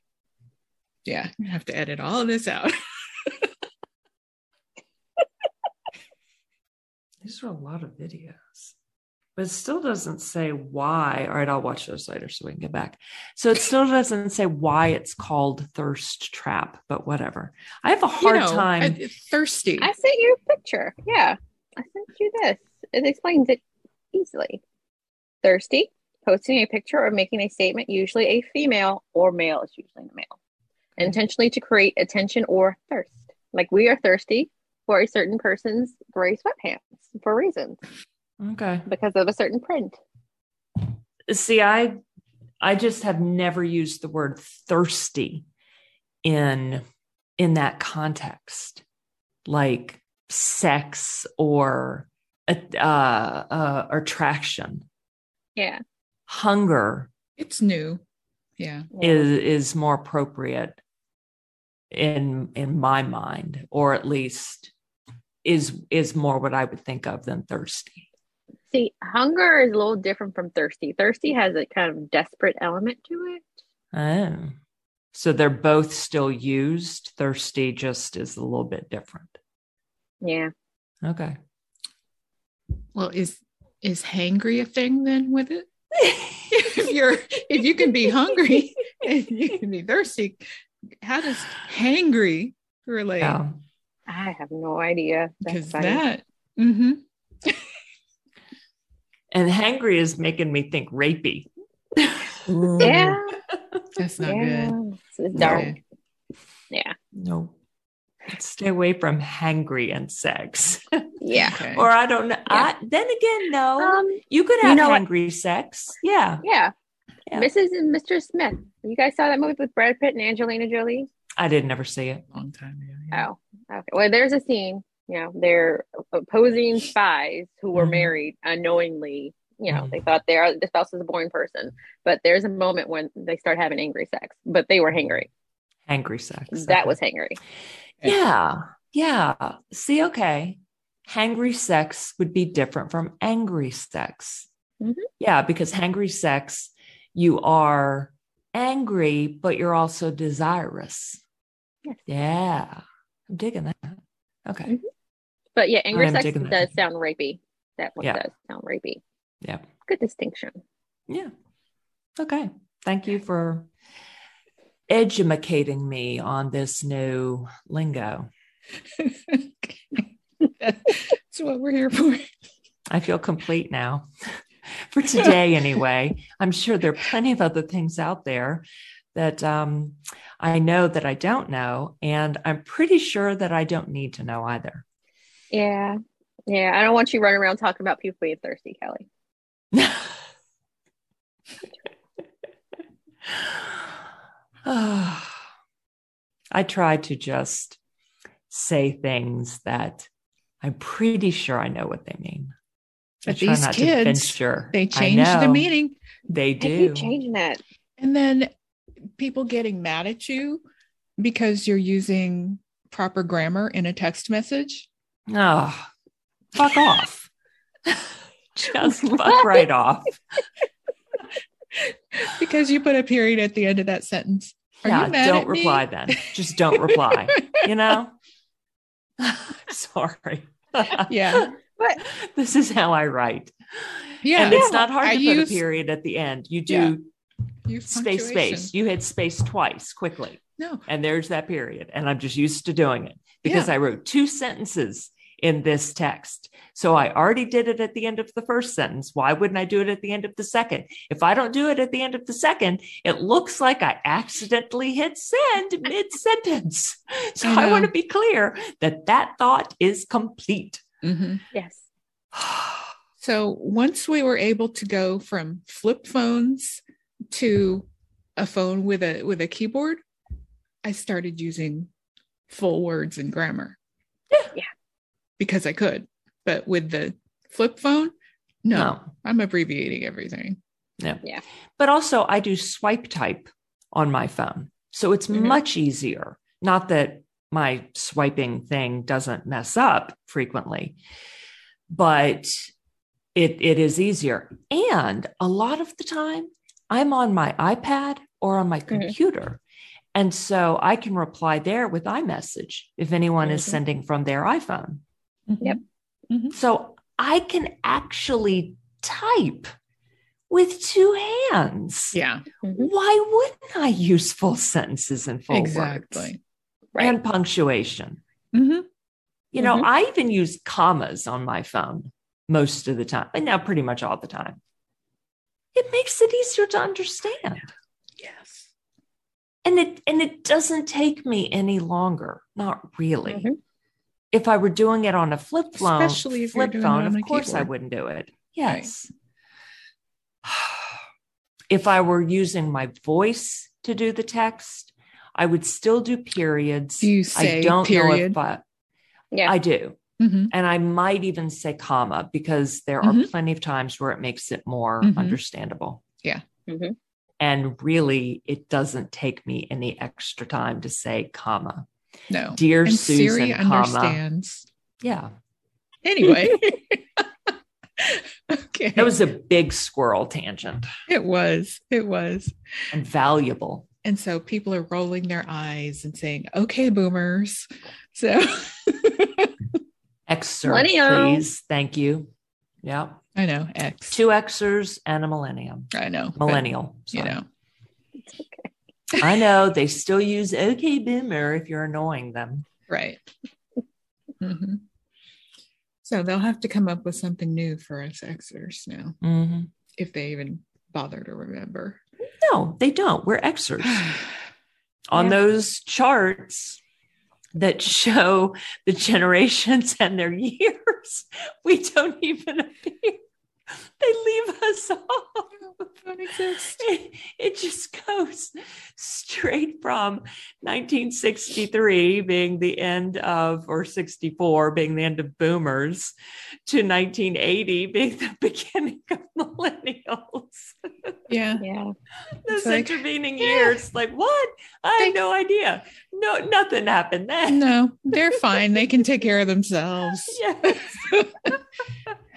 Speaker 1: Yeah, I have to edit all of this out.
Speaker 2: These are a lot of videos, but it still doesn't say why. All right, I'll watch those later so we can get back. So it still doesn't say why it's called Thirst Trap, but whatever. I have a hard
Speaker 1: You know,
Speaker 2: time.
Speaker 1: I- thirsty.
Speaker 3: I sent you a picture. Yeah. I sent you this. It explains it easily. Thirsty, posting a picture or making a statement, usually a female or male, it's usually a male, intentionally to create attention or thirst. Like we are thirsty for a certain person's gray sweatpants for reasons
Speaker 2: okay.
Speaker 3: because of a certain print.
Speaker 2: See, I I just have never used the word thirsty in in that context, like sex or uh, uh, attraction,
Speaker 3: Yeah.
Speaker 2: hunger.
Speaker 1: it's new. Yeah.
Speaker 2: is is more appropriate in in my mind or at least is is more what i would think of than thirsty
Speaker 3: See, hunger is a little different from thirsty. Thirsty has a kind of desperate element to it.
Speaker 2: oh so they're both still used thirsty just is a little bit different
Speaker 3: Yeah.
Speaker 2: okay
Speaker 1: Well, is is hangry a thing then with it? if you're if you can be hungry and you can be thirsty, how does hangry relate?
Speaker 2: yeah
Speaker 3: I have no idea.
Speaker 1: Because
Speaker 3: funny.
Speaker 1: that hmm
Speaker 2: and hangry is making me think rapey
Speaker 3: Yeah.
Speaker 1: that's not
Speaker 3: yeah.
Speaker 1: good.
Speaker 3: It's- It's
Speaker 2: No.
Speaker 3: dark. Yeah.
Speaker 2: no Let's stay away from hangry and sex
Speaker 3: Yeah.
Speaker 1: Okay.
Speaker 2: or i don't know I, then again no
Speaker 3: Um,
Speaker 2: you could
Speaker 3: you
Speaker 2: have
Speaker 3: know what-
Speaker 2: hangry sex yeah
Speaker 3: yeah.
Speaker 2: Yeah.
Speaker 3: Mrs. and Mr. Smith. You guys saw that movie with Brad Pitt and Angelina Jolie?
Speaker 2: I didn't ever see it.
Speaker 1: long time ago. yeah.
Speaker 3: Oh, okay. Well, there's a scene, you know, they're opposing spies who were
Speaker 2: Mhm.
Speaker 3: married unknowingly. You know,
Speaker 2: Mhm.
Speaker 3: they thought their the spouse was a born person, but there's a moment when they start having angry sex, but they were hangry.
Speaker 2: Hangry sex.
Speaker 3: That was hangry.
Speaker 2: Yeah. Yeah. See, okay. Hangry sex would be different from angry sex.
Speaker 3: Mhm.
Speaker 2: Yeah, because hangry sex, you are angry, but you're also desirous.
Speaker 3: Yes.
Speaker 2: Yeah. I'm digging that. Okay.
Speaker 3: Mhm. But yeah, angry
Speaker 2: am
Speaker 3: sex
Speaker 2: digging
Speaker 3: does
Speaker 2: that.
Speaker 3: sound rapey. That one
Speaker 2: Yeah.
Speaker 3: does sound rapey.
Speaker 2: Yeah.
Speaker 3: Good distinction.
Speaker 2: Yeah. Okay. Thank you for edumacating me on this new lingo.
Speaker 1: that's what we're here for.
Speaker 2: I feel complete now for today, anyway. I'm sure there are plenty of other things out there that um, I know that I don't know. And I'm pretty sure that I don't need to know either.
Speaker 3: Yeah. Yeah. I don't want you running around talking about people being thirsty, Kelly.
Speaker 2: I try to just say things that I'm pretty sure I know what they mean. I
Speaker 1: But
Speaker 2: try
Speaker 1: these
Speaker 2: not to
Speaker 1: kids,
Speaker 2: venture. I
Speaker 1: They changed the
Speaker 2: know.
Speaker 1: meaning,
Speaker 2: They
Speaker 3: I
Speaker 2: do.
Speaker 3: keep changing that.
Speaker 1: and then people getting mad at you because you're using proper grammar in a text message.
Speaker 2: Oh, fuck off. Just fuck
Speaker 3: What?
Speaker 2: right off.
Speaker 1: because you put a period at the end of that sentence. Are
Speaker 2: yeah,
Speaker 1: you mad
Speaker 2: don't
Speaker 1: at me?
Speaker 2: reply then. Just don't reply. you know? Sorry.
Speaker 1: Yeah.
Speaker 3: But
Speaker 2: This is how I write.
Speaker 1: Yeah.
Speaker 2: And it's not hard
Speaker 1: I
Speaker 2: to
Speaker 1: use-
Speaker 2: put a period at the end. You do
Speaker 1: Yeah. You
Speaker 2: space,
Speaker 1: punctuation.
Speaker 2: space. You hit space twice quickly.
Speaker 1: No.
Speaker 2: And there's that period. And I'm just used to doing it because I wrote two sentences in this text. So I already did it at the end of the first sentence. Why wouldn't I do it at the end of the second? If I don't do it at the end of the second, it looks like I accidentally hit send mid sentence. So I
Speaker 1: Yeah.
Speaker 2: want to be clear that that thought is complete. Mm-hmm.
Speaker 1: Mhm.
Speaker 3: Yes.
Speaker 1: So once we were able to go from flip phones to a phone with a with a keyboard, I started using full words and grammar.
Speaker 3: Yeah.
Speaker 1: Because I could. But with the flip phone, no, I'm abbreviating everything.
Speaker 2: But also, I do swipe type on my phone. So it's
Speaker 1: Mhm.
Speaker 2: much easier. Not that my swiping thing doesn't mess up frequently, but it, it is easier. And a lot of the time, I'm on my iPad or on my computer. And so I can reply there with iMessage if anyone is
Speaker 3: Mhm.
Speaker 2: sending from their iPhone. Mm-hmm.
Speaker 3: Yep.
Speaker 2: So I can actually type with two hands
Speaker 1: Yeah,
Speaker 3: Mhm.
Speaker 2: why wouldn't I use full sentences and full words
Speaker 1: exactly.
Speaker 3: Right.
Speaker 2: and punctuation? Mm-hmm.
Speaker 1: hmm
Speaker 2: You know, I even use commas on my phone most of the time, and now pretty much all the time. It makes it easier to understand,
Speaker 1: Yes.
Speaker 2: and it and it doesn't take me any longer. Not really.
Speaker 3: Mhm.
Speaker 2: If I were doing it on a flip phone,
Speaker 1: Especially if you're
Speaker 2: flip
Speaker 1: doing it
Speaker 2: phone,
Speaker 1: on
Speaker 2: of
Speaker 1: a
Speaker 2: course I
Speaker 1: keyboard.
Speaker 2: wouldn't do it. Yes. if I were using my voice to do the text, I would still do periods.
Speaker 1: Do you say
Speaker 2: I don't
Speaker 1: period?
Speaker 2: know if I,
Speaker 3: Yeah.
Speaker 2: I do.
Speaker 1: hmm
Speaker 2: And I might even say comma because there are
Speaker 1: Mhm.
Speaker 2: plenty of times where it makes it more
Speaker 1: Mhm.
Speaker 2: understandable.
Speaker 1: Yeah.
Speaker 3: Mhm.
Speaker 2: And really, it doesn't take me any extra time to say comma.
Speaker 1: No.
Speaker 2: Dear
Speaker 1: And
Speaker 2: Susan,
Speaker 1: Siri
Speaker 2: comma.
Speaker 1: understands.
Speaker 2: Yeah.
Speaker 1: Anyway. okay.
Speaker 2: That was a big squirrel tangent
Speaker 1: it was. It was.
Speaker 2: and valuable.
Speaker 1: And so people are rolling their eyes and saying, okay, boomers. So
Speaker 2: Excerpt,
Speaker 3: Millennial.
Speaker 2: please. Thank you. Yeah.
Speaker 1: I know X.
Speaker 2: Two Xers and a millennium.
Speaker 1: I know. but,
Speaker 2: Millennial.
Speaker 1: you
Speaker 2: sorry.
Speaker 1: know.
Speaker 3: It's okay.
Speaker 2: I know they still use OK Boomer if you're annoying them.
Speaker 1: Right. hmm So they'll have to come up with something new for us Xers now,
Speaker 2: Mhm.
Speaker 1: if they even bother to remember.
Speaker 2: No, they don't. We're Xers. On
Speaker 3: Yeah.
Speaker 2: those charts that show the generations and their years, we don't even appear. They leave us off.
Speaker 1: Don't exist.
Speaker 2: It, it just goes straight from 1963 being the end of, or 64 being the end of boomers, to 1980 being the beginning of millennials.
Speaker 1: Yeah.
Speaker 3: Yeah.
Speaker 2: Those
Speaker 1: like,
Speaker 2: intervening
Speaker 1: yeah.
Speaker 2: years, like what? I
Speaker 1: They-
Speaker 2: have no idea. No, nothing happened then.
Speaker 1: No, they're fine. They can take care of themselves.
Speaker 2: Yes.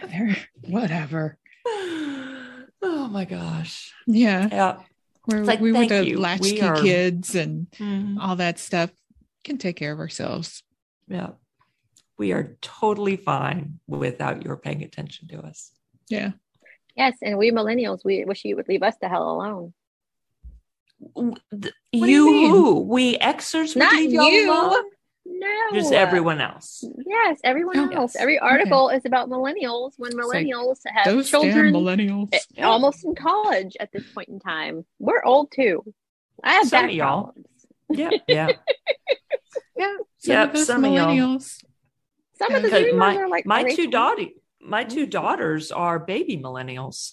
Speaker 1: They're whatever.
Speaker 2: Oh my gosh.
Speaker 1: Yeah.
Speaker 2: Yeah.
Speaker 1: We're,
Speaker 2: It's like,
Speaker 1: we were
Speaker 2: thank
Speaker 1: the
Speaker 2: you. We
Speaker 1: latchkey
Speaker 2: are-
Speaker 1: kids and
Speaker 2: Mhm.
Speaker 1: all that stuff. Can take care of ourselves.
Speaker 2: Yeah. We are totally fine without your paying attention to us.
Speaker 1: Yeah.
Speaker 3: Yes. And we millennials, we wish you would leave us the hell alone.
Speaker 2: W- th-
Speaker 1: What
Speaker 2: You,
Speaker 1: do you mean?
Speaker 2: who? We exers would
Speaker 3: Not
Speaker 2: leave y'all
Speaker 3: you.
Speaker 2: alone?
Speaker 3: No.
Speaker 2: Just everyone else.
Speaker 3: Yes, everyone
Speaker 1: Oh,
Speaker 3: else.
Speaker 2: yes.
Speaker 3: Every article is about millennials when
Speaker 1: like,
Speaker 3: millennials have
Speaker 1: Those
Speaker 3: children
Speaker 1: damn millennials.
Speaker 3: eh, almost in college at this point in time. We're old too. I have
Speaker 2: Some
Speaker 3: back
Speaker 2: of y'all.
Speaker 3: problems.
Speaker 2: Yeah, yeah.
Speaker 1: Yeah. Some
Speaker 2: Yep,
Speaker 1: of those
Speaker 2: some of y'all.
Speaker 1: millennials.
Speaker 3: Some of the
Speaker 1: Because
Speaker 3: Zoomers
Speaker 2: my-
Speaker 3: are like
Speaker 2: My two daughters, my two
Speaker 1: Mm-hmm.
Speaker 2: daughters are baby millennials,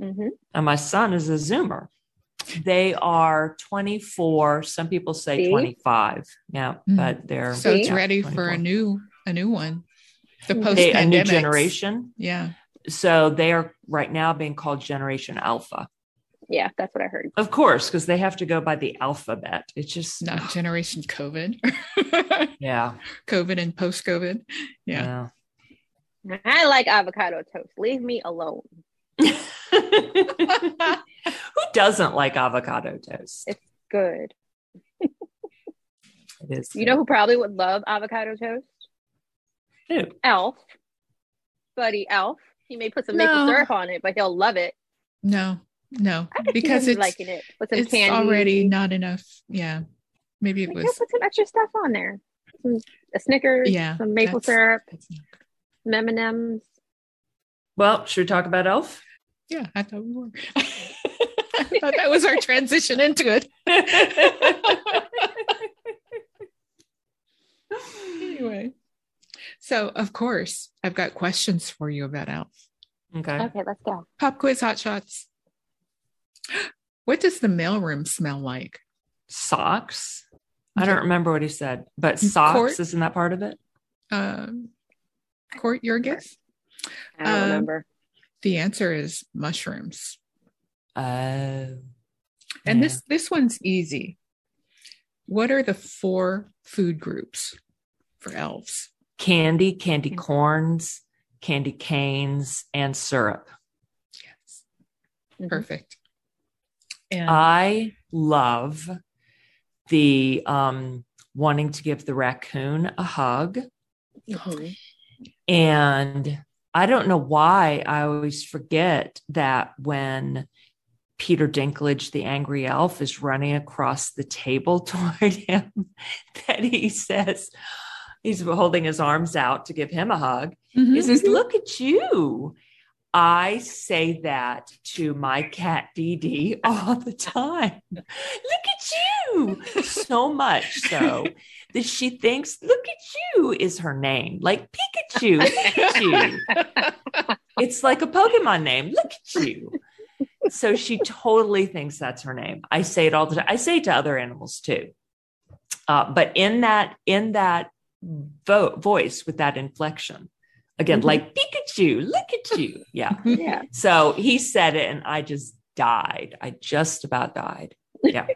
Speaker 3: Mm-hmm.
Speaker 2: and my son is a Zoomer. They are 24. Some people say
Speaker 3: See?
Speaker 2: 25. Yeah,
Speaker 1: Mm.
Speaker 2: but they're
Speaker 1: So it's
Speaker 2: yeah,
Speaker 1: ready for a
Speaker 2: 24.
Speaker 1: new a new one. The
Speaker 3: They-
Speaker 1: post
Speaker 2: They- a new
Speaker 1: pandemic
Speaker 2: generation.
Speaker 1: Yeah.
Speaker 2: So they are right now being called Generation Alpha,
Speaker 3: Yeah, that's what I heard.
Speaker 2: of course, because they have to go by the alphabet. It's just
Speaker 1: Not generation COVID.
Speaker 2: yeah,
Speaker 1: COVID and post COVID. Yeah.
Speaker 2: yeah.
Speaker 3: I like avocado toast. Leave me alone.
Speaker 2: Who doesn't like avocado toast?
Speaker 3: It's Good.
Speaker 2: It is.
Speaker 3: You know who probably would love avocado toast?
Speaker 2: Who?
Speaker 3: Elf. Buddy Elf. He may put some
Speaker 1: No.
Speaker 3: maple syrup on it, but he'll love it.
Speaker 1: No. No.
Speaker 3: I could
Speaker 1: because
Speaker 3: see him
Speaker 1: it's
Speaker 3: liking it with some
Speaker 1: it's
Speaker 3: candy.
Speaker 1: already not enough. Yeah. Maybe it
Speaker 3: Like,
Speaker 1: was.
Speaker 3: yeah, put some extra stuff on there. Some, a Snickers,
Speaker 1: Yeah,
Speaker 3: some maple
Speaker 1: that's-
Speaker 3: syrup,
Speaker 1: that's not good.
Speaker 3: M and M's.
Speaker 2: Well, should we talk about Elf?
Speaker 1: Yeah, I thought we were. I thought that was our transition into it. anyway, so of course, I've got questions for you about Elf.
Speaker 2: Okay.
Speaker 3: Okay, let's go.
Speaker 1: Pop quiz hot shots. What does the mailroom smell like?
Speaker 2: Socks. I don't remember what he said, but socks
Speaker 1: Court?
Speaker 2: isn't that part of it?
Speaker 1: Um, Court, your guess?
Speaker 3: I don't
Speaker 1: Um,
Speaker 3: remember.
Speaker 1: The answer is mushrooms.
Speaker 2: Oh.
Speaker 1: And
Speaker 2: Yeah.
Speaker 1: this this one's easy. What are the four food groups for elves?
Speaker 2: candy, candy corns, candy canes, and syrup.
Speaker 1: Yes.
Speaker 3: Mhm.
Speaker 1: Perfect. And
Speaker 2: Uh, I love the um, wanting to give the raccoon a hug.
Speaker 3: Mhm.
Speaker 2: And I don't know why I always forget that when Peter Dinklage, the angry elf, is running across the table toward him, that he says, he's holding his arms out to give him a hug. He
Speaker 1: Mhm.
Speaker 2: says, Look at you. I say that to my cat Dee Dee all the time. Look at you. So much so that she thinks, Look at you is her name, like Pikachu. Look at you. It's like a Pokemon name. Look at you. So she totally thinks that's her name. I say it all the time. I say it to other animals too. Uh, but in that in that vo- voice with that inflection, again,
Speaker 1: Mm-hmm.
Speaker 3: Mhm.
Speaker 2: like Pikachu, look at you. Yeah.
Speaker 3: Yeah.
Speaker 2: So he said it, and I just died. I just about died. Yeah.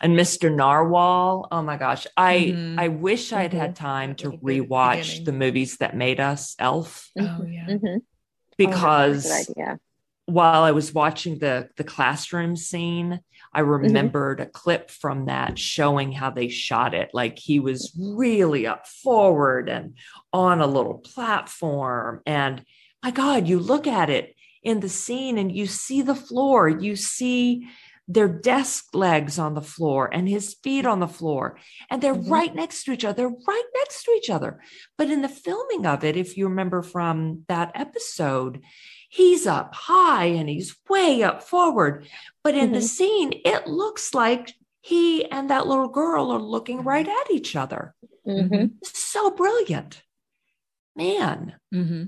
Speaker 2: and Mr. Narwhal. Oh my gosh. I
Speaker 1: Mhm.
Speaker 2: I wish I'd had
Speaker 3: Mhm.
Speaker 2: time to
Speaker 1: That little bit Mm-hmm. at the
Speaker 2: rewatch
Speaker 1: beginning.
Speaker 2: the movies that made us Elf
Speaker 1: Oh yeah.
Speaker 3: Mhm.
Speaker 2: because
Speaker 3: Oh, that's a good idea.
Speaker 2: while I was watching the the classroom scene, I remembered a clip from that showing how they shot it. Like he was really up forward and on a little platform. And my God, you look at it in the scene and you see the floor, you see their desk legs on the floor and his feet on the floor. And they're
Speaker 1: Mhm.
Speaker 2: right next to each other, right next to each other. But in the filming of it, if you remember from that episode, he's up high and he's way up forward. But in the
Speaker 3: Mhm.
Speaker 2: scene, it looks like he and that little girl are looking right at each other. Mm-hmm.
Speaker 3: Mhm.
Speaker 2: So brilliant. Man.
Speaker 1: Mm-hmm.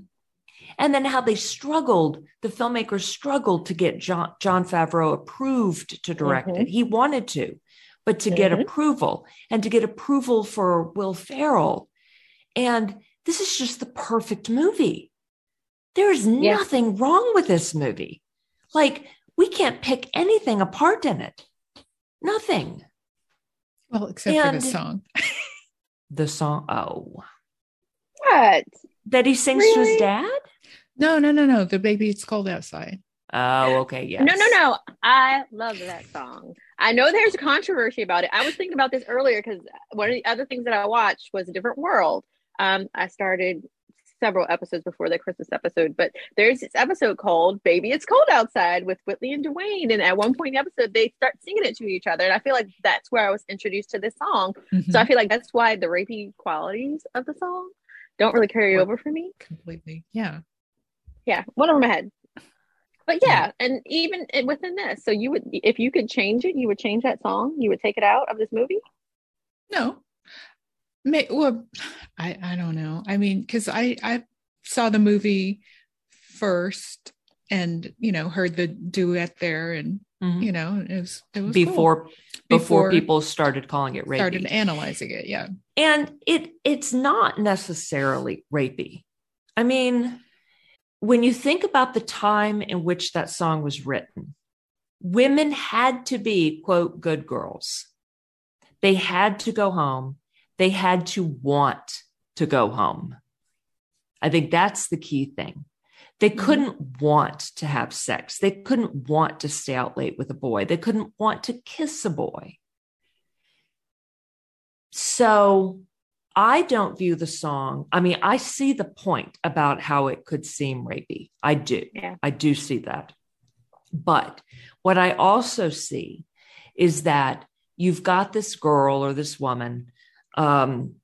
Speaker 2: And then how they struggled, the filmmakers struggled to get John, John Favreau approved to direct
Speaker 3: Mm-hmm.
Speaker 2: it. He wanted to, but to get
Speaker 3: Mhm.
Speaker 2: approval and to get approval for Will Ferrell. And this is just the perfect movie. There is
Speaker 3: Yeah.
Speaker 2: nothing wrong with this movie. Like, we can't pick anything apart in it. Nothing.
Speaker 1: Well, except for
Speaker 2: And-
Speaker 1: the song.
Speaker 2: The song, oh,
Speaker 3: What?
Speaker 2: that he sings to his
Speaker 3: Really?
Speaker 2: dad?
Speaker 1: No, no, no, no. The baby, it's cold outside.
Speaker 2: Oh, okay. Yes.
Speaker 3: No, no, no. I love that song. I know there's controversy about it. I was thinking about this earlier because one of the other things that I watched was A Different World. Um, I started several episodes before the Christmas episode, but there's this episode called Baby It's Cold Outside with Whitley and Dwayne. And at one point in the episode, they start singing it to each other. And I feel like that's where I was introduced to this song.
Speaker 1: Mm-hmm.
Speaker 3: So I feel like that's why the rapey qualities of the song don't really carry
Speaker 1: Right.
Speaker 3: over for me.
Speaker 1: completely. Yeah.
Speaker 3: Yeah, one over my head. But yeah, and even i- within this, so you would, if you could change it, you would change that song. You would take it out of this movie.
Speaker 1: No. May, well, I I don't know. I mean, because I I saw the movie first, and you know heard the duet there, and
Speaker 2: Mhm.
Speaker 1: you know it was it was cool.
Speaker 2: before before,
Speaker 1: Before-
Speaker 2: people started calling it
Speaker 1: started
Speaker 2: rapey.
Speaker 1: analyzing it. Yeah.
Speaker 2: And it it's not necessarily rapey. I mean, when you think about the time in which that song was written, women had to be quote good girls. They had to go home. They had to want to go home. I think that's the key thing. They
Speaker 3: Mhm.
Speaker 2: couldn't want to have sex. They couldn't want to stay out late with a boy. They couldn't want to kiss a boy. So I don't view the song. I mean, I see the point about how it could seem rapey. I do.
Speaker 3: Yeah.
Speaker 2: I do see that. But what I also see is that you've got this girl or this woman um,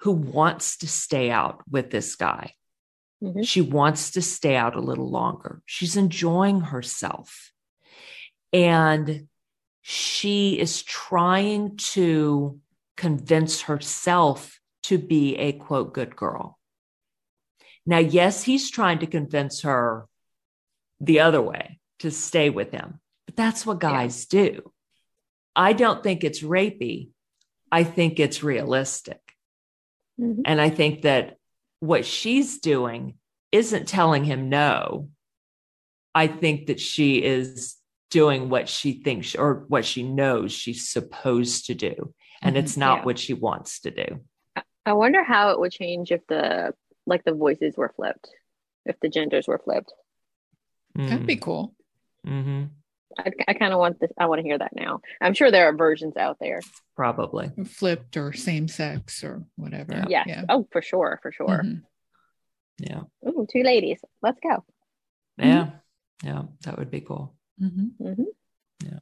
Speaker 2: who wants to stay out with this guy.
Speaker 3: Mhm.
Speaker 2: She wants to stay out a little longer. She's enjoying herself. And she is trying to convince herself to be a quote good girl. Now, yes, he's trying to convince her the other way to stay with him, but that's what
Speaker 3: Yeah.
Speaker 2: guys do. I don't think it's rapey. I think it's realistic.
Speaker 3: Mhm.
Speaker 2: And I think that what she's doing isn't telling him no. I think that she is doing what she thinks or what she knows she's supposed to do. And it's not
Speaker 3: Yeah.
Speaker 2: what she wants to do.
Speaker 3: I wonder how it would change if the like the voices were flipped, if the genders were flipped.
Speaker 1: That'd
Speaker 2: Mm.
Speaker 1: be cool.
Speaker 2: hmm
Speaker 3: I, I kind of want this. I want to hear that now. I'm sure there are versions out there.
Speaker 2: Probably.
Speaker 1: Flipped or same sex or whatever.
Speaker 3: Yes. Oh, for sure, for sure.
Speaker 1: Mhm.
Speaker 2: Yeah.
Speaker 3: Ooh, two ladies. Let's go.
Speaker 1: Mm-hmm.
Speaker 2: Yeah. Yeah. That would be cool.
Speaker 1: Mhm.
Speaker 3: hmm
Speaker 2: Yeah.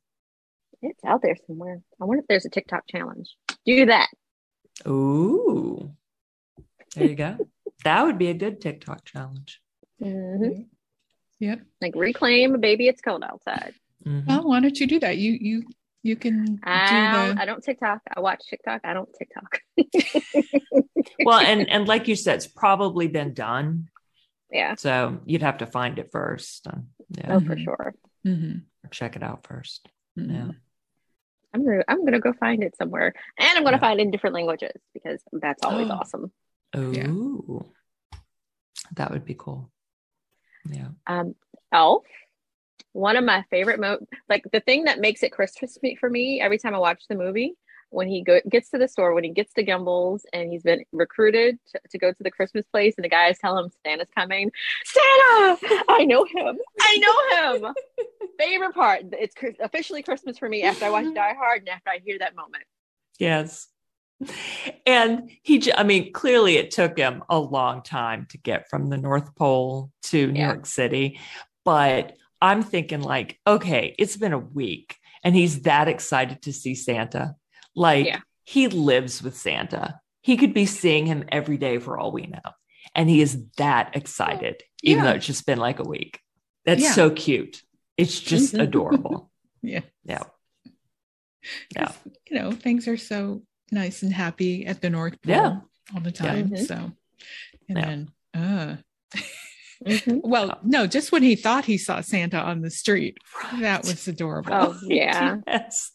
Speaker 3: It's out there somewhere. I wonder if there's a TikTok challenge. Do that.
Speaker 2: Ooh. There you go. that would be a good TikTok challenge.
Speaker 3: hmm
Speaker 1: Yep.
Speaker 3: Like reclaim, baby. It's cold outside.
Speaker 2: Mhm.
Speaker 1: Well, why don't you do that? You you you can do
Speaker 3: I
Speaker 1: the
Speaker 3: Um, I don't TikTok. I watch TikTok. I don't TikTok.
Speaker 2: well, and and like you said, it's probably been done.
Speaker 3: Yeah.
Speaker 2: So you'd have to find it first. um, yeah.
Speaker 3: Oh, for
Speaker 1: Mhm.
Speaker 3: sure.
Speaker 1: Mhm.
Speaker 2: Check it out first.
Speaker 1: Mhm.
Speaker 2: Yeah.
Speaker 3: I'm gonna I'm gonna go find it somewhere, and I'm gonna
Speaker 2: Yeah.
Speaker 3: find it in different languages because that's always
Speaker 1: Oh.
Speaker 3: awesome.
Speaker 1: Yeah.
Speaker 2: Ooh. That would be cool. Yeah.
Speaker 3: Um, Elf, one of my favorite mo like the thing that makes it Christmas me- for me every time I watch the movie. When he go- gets to the store, when he gets to Gimbals, and he's been recruited to, to go to the Christmas place, and the guys tell him Santa's coming. Santa, I know him. I know him. Favorite part. It's Chris- officially Christmas for me after I watch Die Hard and after I hear that moment.
Speaker 2: Yes. And he, j- I mean, clearly it took him a long time to get from the North Pole to New
Speaker 3: Yeah.
Speaker 2: York City. But I'm thinking, like, okay, it's been a week and he's that excited to see Santa. Like,
Speaker 3: Yeah.
Speaker 2: he lives with Santa. He could be seeing him every day for all we know. And he is that excited, even
Speaker 1: yeah.
Speaker 2: though it's just been like a week. That's
Speaker 1: Yeah. Mm-hmm.
Speaker 2: so cute. It's just
Speaker 3: Mhm.
Speaker 2: adorable.
Speaker 1: Yeah.
Speaker 2: Yeah.
Speaker 1: 'Cause, You know, things are so nice and happy at the North Pole
Speaker 2: Yeah.
Speaker 1: all the time.
Speaker 3: Mhm.
Speaker 1: So and
Speaker 2: Yeah. Oh.
Speaker 1: then uh
Speaker 3: Mhm.
Speaker 1: well, no, just when he thought he saw Santa on the street.
Speaker 2: Right.
Speaker 1: That was adorable.
Speaker 3: Oh yeah.
Speaker 2: Yes.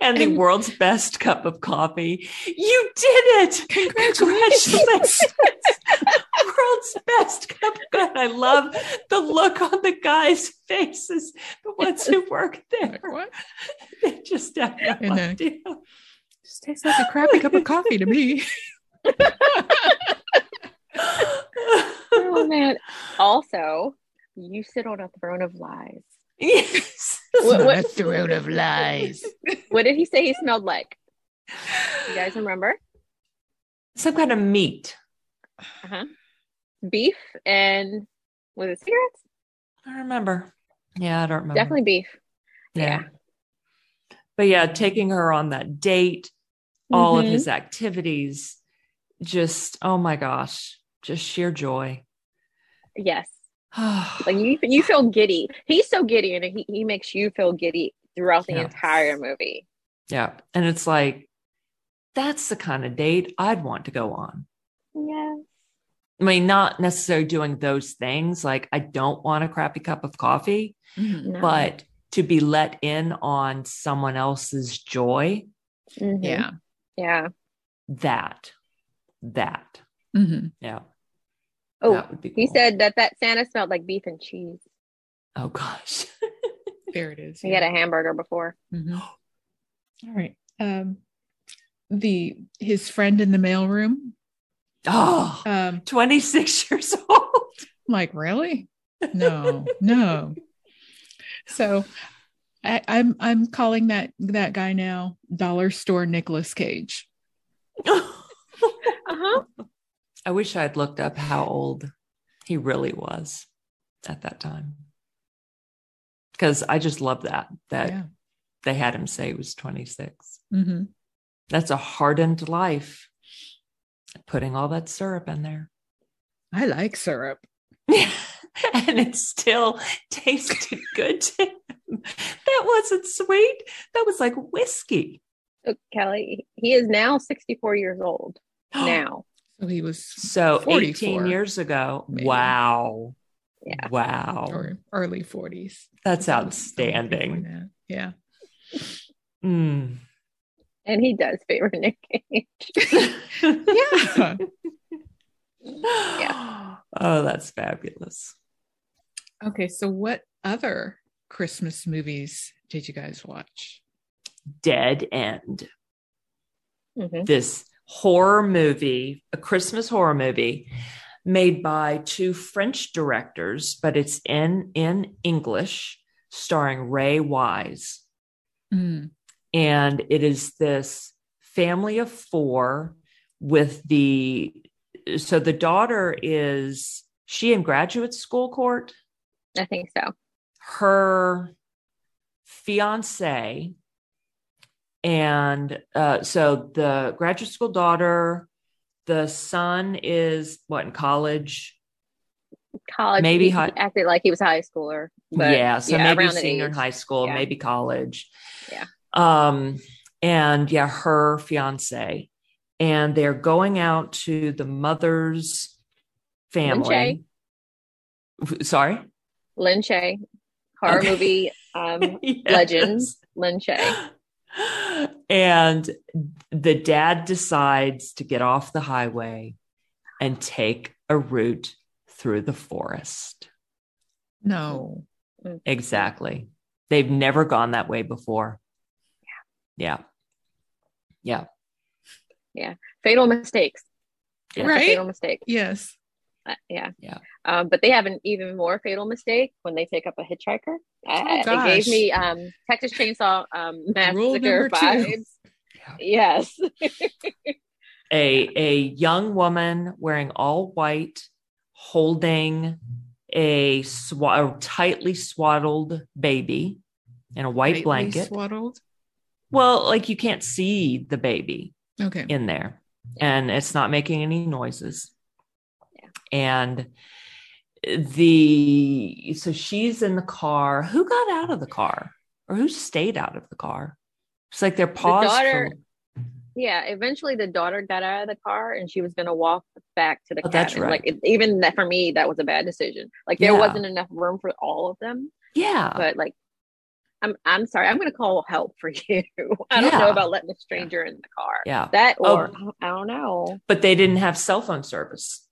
Speaker 2: And the
Speaker 1: And-
Speaker 2: world's best cup of coffee. You did it. Congratulations. world's best cup of coffee. I love the look on the guys' faces, the ones who work there.
Speaker 1: Like, what?
Speaker 2: They just have no
Speaker 1: And then-
Speaker 2: idea.
Speaker 1: Just tastes like a crappy cup of coffee to me.
Speaker 3: Oh man. Also, you sit on a throne of lies.
Speaker 2: yes.
Speaker 3: What- what-
Speaker 1: throne of lies.
Speaker 3: What did he say he smelled like? You guys remember?
Speaker 2: Some kind of meat.
Speaker 3: Beef and was it cigarettes?
Speaker 2: I don't remember. Yeah, I don't remember.
Speaker 3: Definitely beef.
Speaker 2: Yeah. But yeah, taking her on that date, all of
Speaker 3: Mhm.
Speaker 2: his activities, just, oh my gosh, just sheer joy.
Speaker 3: Yes. Like
Speaker 2: like,
Speaker 3: you you feel giddy. He's so giddy and he, he makes you feel giddy throughout the
Speaker 2: Yeah.
Speaker 3: entire movie.
Speaker 2: yeah. And it's like, that's the kind of date I'd want to go on.
Speaker 3: Yeah.
Speaker 2: I mean, not necessarily doing those things. Like, I don't want a crappy cup of coffee,
Speaker 1: Mhm.
Speaker 3: No.
Speaker 2: but to be let in on someone else's joy,
Speaker 3: Mhm.
Speaker 1: Yeah.
Speaker 3: Yeah.
Speaker 2: that, that,
Speaker 1: Mhm.
Speaker 2: yeah.
Speaker 3: Oh,
Speaker 2: that would be
Speaker 3: He
Speaker 2: cool.
Speaker 3: said that that Santa smelled like beef and cheese.
Speaker 2: oh gosh.
Speaker 1: There it is.
Speaker 3: He had a hamburger before.
Speaker 1: Mhm. All right. Um, the his friend in the mailroom.
Speaker 2: Oh,
Speaker 1: Um,
Speaker 2: 26 years old.
Speaker 1: I'm like really? No, no. So, I, I'm I'm calling that that guy now dollar store Nicolas Cage.
Speaker 3: Uh-huh.
Speaker 2: I wish I'd looked up how old he really was at that time. Because I just love that, that
Speaker 1: Yeah.
Speaker 2: they had him say he was 26.
Speaker 1: hmm
Speaker 2: That's a hardened life. Putting all that syrup in there.
Speaker 1: I like syrup.
Speaker 2: and it still tasted good to him. That wasn't sweet. That was like whiskey.
Speaker 3: So, Oh, Kelly, he is now 64 years old. Now,
Speaker 1: So he was
Speaker 2: So
Speaker 1: 44.
Speaker 2: 18 years ago.
Speaker 1: Maybe.
Speaker 2: Wow.
Speaker 3: Yeah.
Speaker 2: Wow.
Speaker 1: or early 40s.
Speaker 2: That's
Speaker 1: Something before
Speaker 2: outstanding.
Speaker 1: that. Yeah.
Speaker 2: Mm.
Speaker 3: and he does favor Nick Cage.
Speaker 1: Yeah.
Speaker 2: Oh, that's fabulous.
Speaker 1: okay. So, what other Christmas movies did you guys watch?
Speaker 2: Dead End.
Speaker 3: Mhm.
Speaker 2: this horror movie, a Christmas horror movie made by two French directors, but it's in in English, starring Ray Wise.
Speaker 1: Mm,
Speaker 2: And it is this family of four with the so the daughter is she in graduate school court?
Speaker 3: I think so.
Speaker 2: her fiance and uh, so the graduate school daughter the son is what in college
Speaker 3: College,
Speaker 2: Maybe
Speaker 3: he,
Speaker 2: high-
Speaker 3: he acted like he was a high schooler. But
Speaker 2: yeah so maybe
Speaker 3: around that
Speaker 2: senior in
Speaker 3: age.
Speaker 2: high school
Speaker 3: Yeah.
Speaker 2: maybe college
Speaker 3: Yeah.
Speaker 2: um and yeah her fiance and they're going out to the mother's family sorry
Speaker 3: Lin Che, horror
Speaker 2: Okay.
Speaker 3: movie um,
Speaker 2: Yes.
Speaker 3: legend, Lin Che.
Speaker 2: and the dad decides to get off the highway and take a route through the forest.
Speaker 1: no.
Speaker 2: Exactly. They've never gone that way before. Yeah. Yeah.
Speaker 3: Fatal Mistakes. That's a
Speaker 1: Right?
Speaker 3: Fatal Mistake.
Speaker 1: Yes.
Speaker 3: Uh, yeah.
Speaker 2: Yeah.
Speaker 3: Um, but they have an even more fatal mistake when they take up a hitchhiker. I,
Speaker 1: Oh,
Speaker 3: I- it
Speaker 1: gosh.
Speaker 3: gave me um, Texas Chainsaw um,
Speaker 1: Rule number
Speaker 3: Massacre
Speaker 1: two.
Speaker 3: vibes.
Speaker 2: Yeah.
Speaker 3: Yes.
Speaker 2: A a young woman wearing all white holding a, swa- a tightly swaddled baby in a white
Speaker 1: Lightly
Speaker 2: blanket.
Speaker 1: Swaddled.
Speaker 2: well, like you can't see the baby.
Speaker 1: Okay.
Speaker 2: in there and it's not making any noises
Speaker 3: Yeah.
Speaker 2: and the so she's in the car who got out of the car or who stayed out of the car it's like their paws
Speaker 3: daughter-
Speaker 2: for-
Speaker 3: Yeah. Eventually, the daughter got out of the car and she was going to walk back to the
Speaker 2: Oh,
Speaker 3: cabin.
Speaker 2: that's right.
Speaker 3: Like, it, even that, for me, that was a bad decision. Like, there
Speaker 2: Yeah.
Speaker 3: wasn't enough room for all of them.
Speaker 2: yeah
Speaker 3: But, like, I'm, I'm sorry. I'm going to call help for you. I don't
Speaker 2: Yeah.
Speaker 3: know about letting a stranger in the car.
Speaker 2: yeah
Speaker 3: That
Speaker 2: Oh.
Speaker 3: or I don't know.
Speaker 2: but they didn't have cell phone service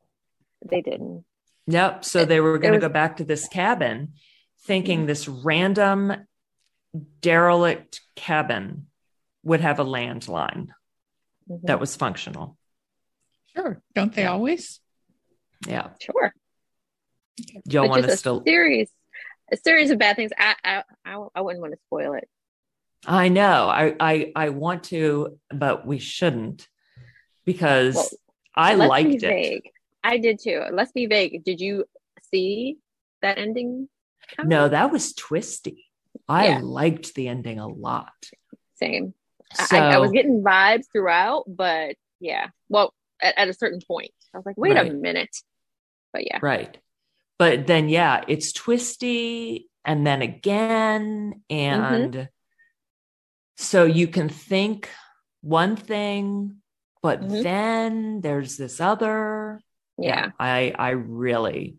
Speaker 3: They didn't.
Speaker 2: Yep. So they were going to
Speaker 3: was- Mm-hmm.
Speaker 2: go back to this cabin, thinking this random derelict cabin would have a landline
Speaker 3: Mhm.
Speaker 2: that was functional.
Speaker 1: Sure. Don't they
Speaker 2: Yeah.
Speaker 1: always?
Speaker 2: Yeah.
Speaker 3: Sure.
Speaker 2: you all
Speaker 3: But
Speaker 2: want
Speaker 3: just
Speaker 2: us to.
Speaker 3: a series, a series of bad things. I, I, I, I wouldn't want to spoil it.
Speaker 2: I know. I, I I want to, but we shouldn't because
Speaker 3: Well,
Speaker 2: I
Speaker 3: Let's be
Speaker 2: liked it.
Speaker 3: Vague. I did too. Let's be vague. Did you see that ending? coming?
Speaker 2: No, that was twisty. I
Speaker 3: Yeah.
Speaker 2: liked the ending a lot.
Speaker 3: same.
Speaker 2: So
Speaker 3: I, I was getting vibes throughout, but yeah. Well, at, at a certain point, I was like, wait a
Speaker 2: Right.
Speaker 3: minute. But yeah,
Speaker 2: right, but then yeah, it's twisty, and then again,
Speaker 3: Mm-hmm.
Speaker 2: and so you can think one thing, but
Speaker 3: Mhm.
Speaker 2: then there's this other.
Speaker 3: yeah,
Speaker 2: I I really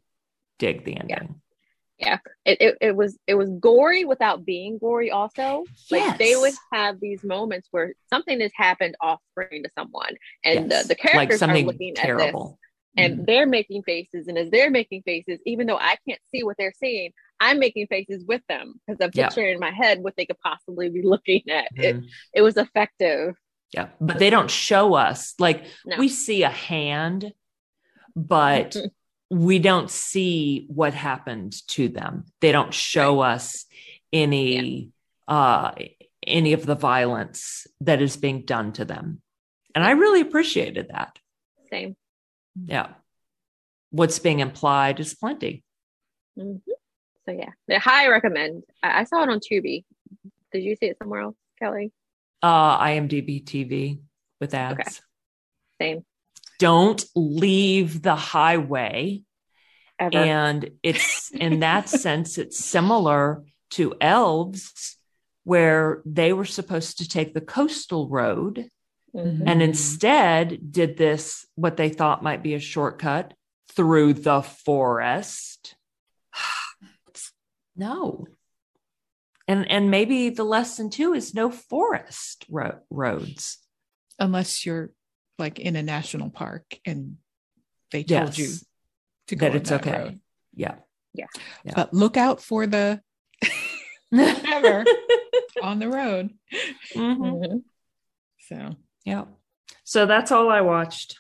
Speaker 2: dig the ending.
Speaker 3: It, it it was it was gory without being gory. Also, like they
Speaker 2: Yes.
Speaker 3: would have these moments where something has happened off screen to someone, and
Speaker 2: Yes.
Speaker 3: the, the
Speaker 2: like
Speaker 3: characters
Speaker 2: something
Speaker 3: are looking at this.
Speaker 2: terrible. Mm-hmm.
Speaker 3: and they're making faces and as they're making faces even though i can't see what they're seeing i'm making faces with them because i'm
Speaker 2: Yeah.
Speaker 3: picturing in my head what they could possibly be looking at it,
Speaker 2: Mhm.
Speaker 3: it was effective
Speaker 2: yeah but they don't show us like
Speaker 3: No.
Speaker 2: we see a hand but we don't see what happened to them they don't show us any uh any of the violence that is being done to them and i really appreciated that
Speaker 3: same Mm-hmm.
Speaker 2: yeah what's being implied is plenty
Speaker 3: Mm-hmm. hmm so yeah they high recommend I, I saw it on tubi Did you see it somewhere else, Kelly?
Speaker 2: Uh, IMDb TV with ads.
Speaker 3: Okay. Same.
Speaker 2: Don't leave the highway.
Speaker 3: Ever.
Speaker 2: And it's in that sense, it's similar to elves, where they were supposed to take the coastal road
Speaker 3: Mhm.
Speaker 2: and
Speaker 1: Mhm.
Speaker 2: instead did this, what they thought might be a shortcut through the forest. no. And, and maybe the lesson too is no forest ro- roads.
Speaker 1: unless you're like in a national park and they told you
Speaker 2: Yes.
Speaker 1: to go
Speaker 2: that
Speaker 1: on
Speaker 2: it's
Speaker 1: that
Speaker 2: okay.
Speaker 1: road.
Speaker 2: Yeah. Yeah.
Speaker 1: But look out for the Whatever. on the road.
Speaker 2: Mhm.
Speaker 3: Mhm.
Speaker 1: So,
Speaker 2: Yeah. So that's all I watched.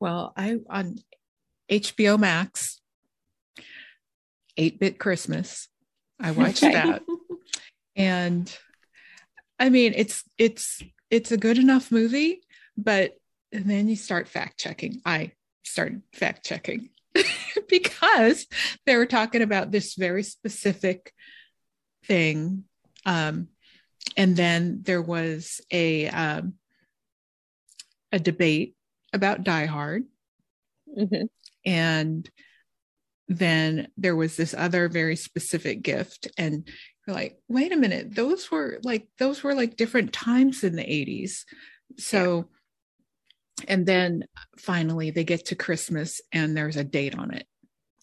Speaker 1: well, I on HBO Max, 8 Bit Christmas, I watched
Speaker 3: Okay.
Speaker 1: that. And I mean, it's, it's, it's a good enough movie, but and then you start fact checking. I started fact checking because they were talking about this very specific thing. Um, and then there was a, um, a debate about Die Hard.
Speaker 3: Mhm.
Speaker 1: And then there was this other very specific gift. And you're like, wait a minute, those were like those were like different times in the 80s. So and then finally they get to Christmas and there's a date on it.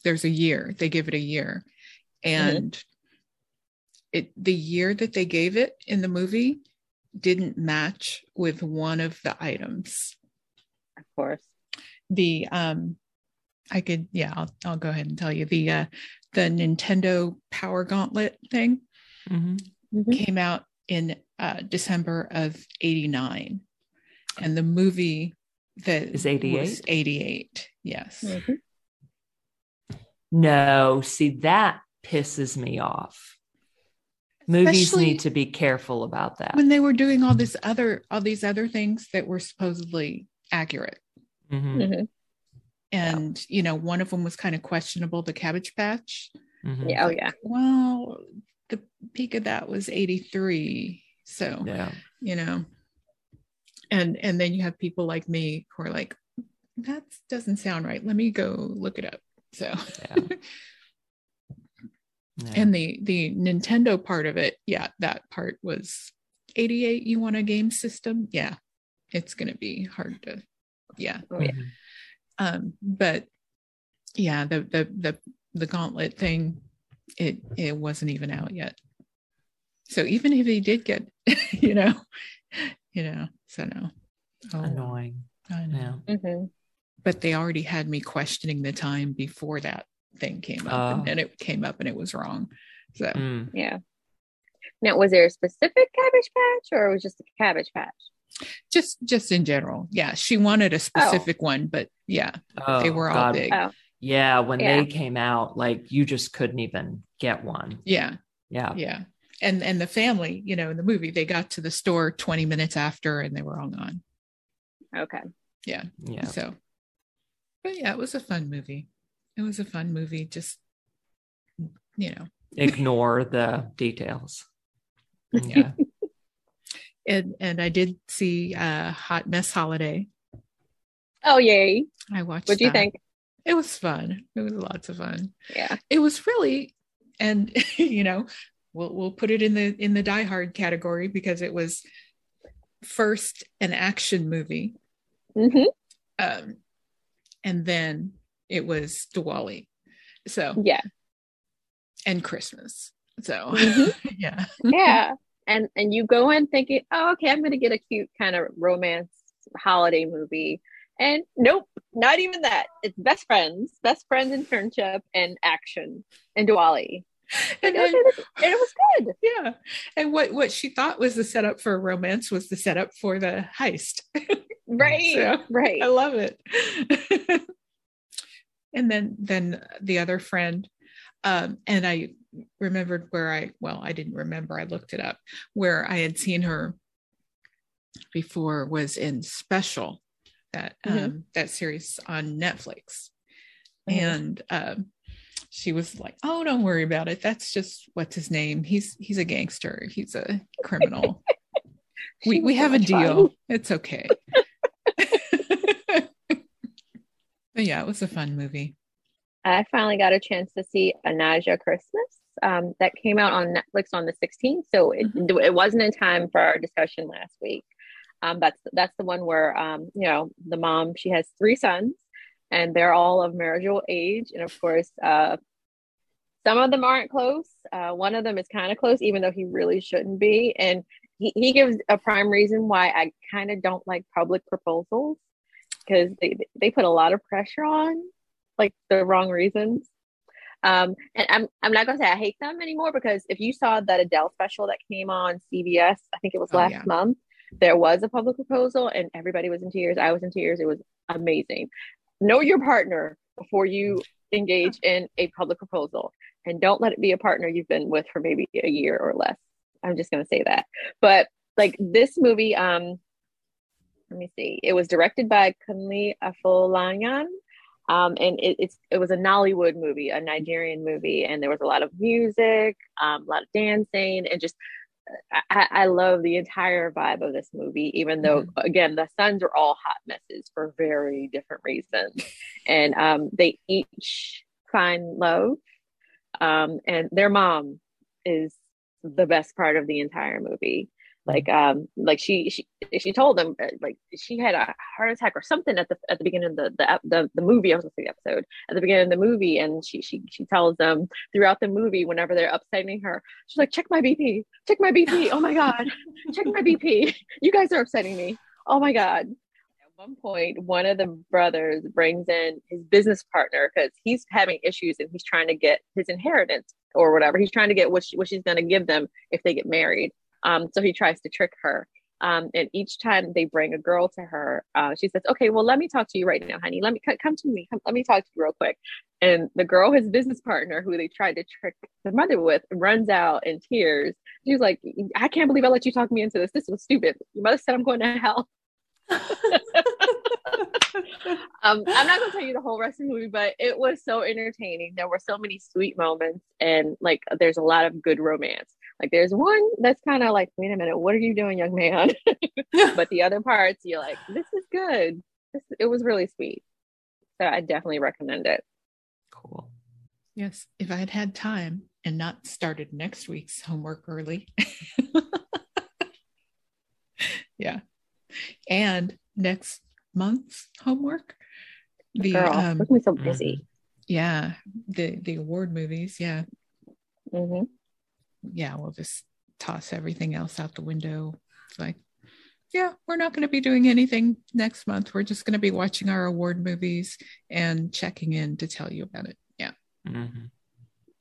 Speaker 1: There's a year. They give it a year. And it the year that they gave it in the movie didn't match with one of the items
Speaker 3: Of course.
Speaker 1: the um i could yeah i'll, I'll go ahead and tell you the uh the nintendo power gauntlet thing
Speaker 2: Mhm.
Speaker 3: Mhm.
Speaker 1: came out in uh december of 89 and the movie that
Speaker 2: Is 88?
Speaker 1: was 88 yes
Speaker 3: Mhm.
Speaker 2: No, see, that pisses me off. Movies
Speaker 1: Especially
Speaker 2: need to be careful about that.
Speaker 1: when they were doing all this other all these other things that were supposedly accurate
Speaker 2: Mhm.
Speaker 3: Mhm.
Speaker 1: and you know one of them was kind of questionable the cabbage patch
Speaker 2: Mhm.
Speaker 3: Yeah. Oh yeah.
Speaker 1: well the peak of that was 83 so
Speaker 2: Yeah.
Speaker 1: you know and and then you have people like me who are like that doesn't sound right let me go look it up so
Speaker 2: Yeah. No.
Speaker 1: and the the nintendo part of it yeah that part was 88 you want a game system yeah it's going to be hard to yeah
Speaker 3: Oh yeah.
Speaker 2: Mhm.
Speaker 1: um but yeah the the the the gauntlet thing it it wasn't even out yet so even if he did get you know you know so no oh well,
Speaker 2: annoying.
Speaker 1: I know.
Speaker 2: Yeah.
Speaker 3: Mhm.
Speaker 1: but they already had me questioning the time before that thing came up
Speaker 2: Oh.
Speaker 1: and then it came up and it was wrong so
Speaker 2: Mm.
Speaker 3: Yeah. Now, was there a specific cabbage patch, or it was just a cabbage patch?
Speaker 1: just just in general yeah she wanted a specific one but yeah
Speaker 2: Oh,
Speaker 1: they were all
Speaker 2: God.
Speaker 1: big
Speaker 3: Oh.
Speaker 2: Yeah, when
Speaker 3: Yeah.
Speaker 2: they came out, like you just couldn't even get one.
Speaker 1: yeah
Speaker 2: Yeah.
Speaker 1: yeah and and the family you know in the movie they got to the store 20 minutes after and they were all gone
Speaker 3: Okay.
Speaker 2: Yeah.
Speaker 1: so but yeah it was a fun movie it was a fun movie just you know
Speaker 2: Ignore the details. Yeah.
Speaker 1: and and i did see uh hot mess holiday
Speaker 3: Oh yay!
Speaker 1: i watched
Speaker 3: What do you
Speaker 1: that.
Speaker 3: think?
Speaker 1: it was fun it was lots of fun
Speaker 3: Yeah.
Speaker 1: it was really and you know we'll we'll put it in the in the die hard category because it was first an action movie
Speaker 3: hmm
Speaker 1: um, and then it was Diwali, so
Speaker 3: Yeah.
Speaker 1: and Christmas, so
Speaker 3: Mhm.
Speaker 1: yeah,
Speaker 3: yeah. And and you go in thinking, oh, okay, I'm gonna get a cute kind of romance holiday movie. And nope, not even that. It's best friends, best friends internship and action and Diwali.
Speaker 1: and,
Speaker 3: Okay,
Speaker 1: and-
Speaker 3: this- and it was good.
Speaker 1: yeah, and what what she thought was the setup for a romance was the setup for the heist.
Speaker 3: Right.
Speaker 1: Yeah. Oh,
Speaker 3: Right.
Speaker 1: I love it. and then then the other friend, um, and I remembered where I well I didn't remember I looked it up where I had seen her before was in special that
Speaker 3: Mhm.
Speaker 1: um, that series on Netflix,
Speaker 3: Mhm.
Speaker 1: and um, she was like, "Oh, don't worry about it. That's just what's his name. He's he's a gangster. He's a criminal. we
Speaker 3: She
Speaker 1: we
Speaker 3: was so
Speaker 1: have a
Speaker 3: much
Speaker 1: deal.
Speaker 3: fun.
Speaker 1: It's okay." but yeah, it was a fun movie.
Speaker 3: I finally got a chance to see A Nausea Christmas. Um, that came out on Netflix on the 16th, so it, it wasn't in time for our discussion last week. Um, that's that's the one where um, you know the mom she has three sons, and they're all of marital age, and of course, uh, some of them aren't close. Uh, one of them is kind of close, even though he really shouldn't be. And he, he gives a prime reason why I kind of don't like public proposals because they they put a lot of pressure on like the wrong reasons. Um, and I'm I'm not gonna say I hate them anymore because if you saw that Adele special that came on CBS, I think it was
Speaker 1: Oh,
Speaker 3: last
Speaker 1: yeah.
Speaker 3: month, there was a public proposal and everybody was in tears. I was in tears. It was amazing. Know your partner before you engage in a public proposal, and don't let it be a partner you've been with for maybe a year or less. I'm just gonna say that. But like this movie, um, let me see. It was directed by Kunle Afolayan, um, and it, it's it was a Nollywood movie, a Nigerian movie, and there was a lot of music, um, a lot of dancing, and just I- I, I love the entire vibe of this movie. Even though, again, the sons are all hot messes for very different reasons, and um, they each find love, um, and their mom is the best part of the entire movie. Like, um, like she she she told them uh, like she had a heart attack or something at the at the beginning of the the ep- the, the movie. I was gonna say the episode at the beginning of the movie, and she she she tells them throughout the movie whenever they're upsetting her, she's like, "Check my BP, check my BP. Oh my god, check my BP. You guys are upsetting me. Oh my god." At one point, one of the brothers brings in his business partner because he's having issues and he's trying to get his inheritance or whatever. He's trying to get what she, what she's going to give them if they get married. Um, so he tries to trick her. Um, and each time they bring a girl to her, uh, she says, "Okay, well, let me talk to you right now, honey. Let me c- come to me. Come, let me talk to you real quick." And the girl, his business partner, who they tried to trick the mother with, runs out in tears. She's like, "I can't believe I let you talk me into this. This was stupid. Your mother said I'm going to hell." um, I'm not gonna tell you the whole rest of the movie, but it was so entertaining. There were so many sweet moments, and like there's a lot of good romance. Like there's one that's kind of like, wait a minute, what are you doing, young man? but the other parts, you're like, this is good. This, it was really sweet. So I definitely recommend it.
Speaker 2: cool.
Speaker 1: Yes, if I had had time and not started next week's homework early. yeah. And next month's homework. The
Speaker 3: Girl,
Speaker 1: um
Speaker 3: look at me so busy.
Speaker 1: yeah, the the award movies, yeah.
Speaker 3: hmm
Speaker 1: Yeah, we'll just toss everything else out the window. It's like yeah, we're not going to be doing anything next month. We're just going to be watching our award movies and checking in to tell you about it. Yeah,
Speaker 2: Mhm.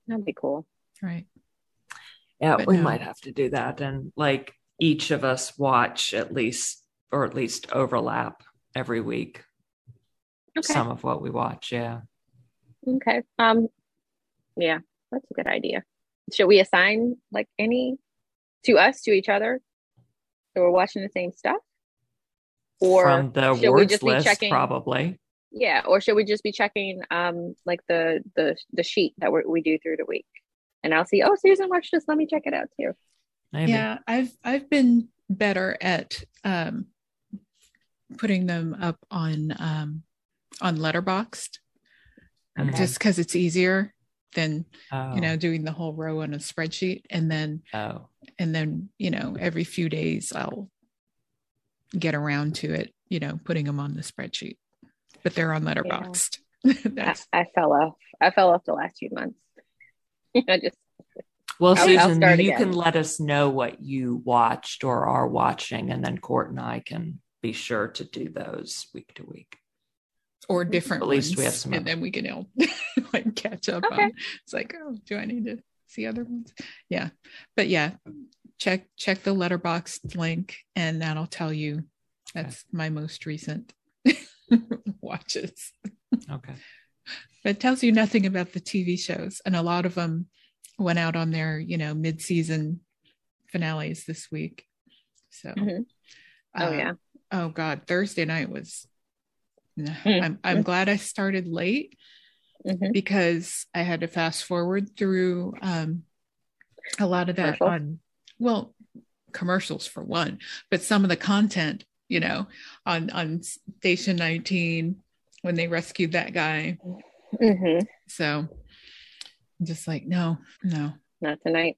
Speaker 3: That'd be cool.
Speaker 1: right.
Speaker 2: Yeah,
Speaker 1: But
Speaker 2: we
Speaker 1: no.
Speaker 2: might have to do that, and like each of us watch at least, or at least overlap every week
Speaker 3: Okay.
Speaker 2: some of what we watch. Yeah.
Speaker 3: Okay. Um. Yeah, that's a good idea. Should we assign like any to us to each other? So we're watching the same stuff, or
Speaker 2: From the
Speaker 3: should we
Speaker 2: awards
Speaker 3: just be
Speaker 2: list,
Speaker 3: checking-
Speaker 2: probably.
Speaker 3: yeah, or should we just be checking um like the the the sheet that we we do through the week? And I'll see. Oh, Susan watched this. Let me check it out too.
Speaker 2: Maybe.
Speaker 1: Yeah, I've I've been better at um, putting them up on um, on Letterboxed
Speaker 2: Okay.
Speaker 1: just because it's easier than
Speaker 2: Oh,
Speaker 1: you know doing the whole row on a spreadsheet and then
Speaker 2: Oh.
Speaker 1: and then you know every few days I'll get around to it you know putting them on the spreadsheet, but they're on Letterboxed.
Speaker 3: I,
Speaker 1: That's
Speaker 3: I fell off. I fell off the last few months. I just
Speaker 2: Well,
Speaker 3: I'll- I'll
Speaker 2: Susan,
Speaker 3: start
Speaker 2: you
Speaker 3: again.
Speaker 2: can let us know what you watched or are watching, and then Court and I can be sure to do those week to week.
Speaker 1: or different.
Speaker 2: At least we
Speaker 1: ones,
Speaker 2: have some
Speaker 1: and
Speaker 2: other-
Speaker 1: then we can all like catch up
Speaker 3: Okay.
Speaker 1: on. It's like, oh, do I need to see other ones? Yeah, but yeah, check check the letterbox link, and that'll tell you. That's my most recent watches.
Speaker 2: Okay.
Speaker 1: But it tells you nothing about the TV shows, and a lot of them went out on their you know mid season finales this week. So,
Speaker 3: Mhm. oh
Speaker 1: uh,
Speaker 3: yeah.
Speaker 1: oh god thursday night was Nah,
Speaker 3: Mm.
Speaker 1: I'm, I'm glad i started late
Speaker 3: Mhm.
Speaker 1: because I had to fast forward through um, a lot of that
Speaker 3: Commercials?
Speaker 1: on, well, commercials for one, but some of the content, you know, on on station 19 when they rescued that guy.
Speaker 3: Mhm.
Speaker 1: So I'm just like, no, no,
Speaker 3: Not tonight.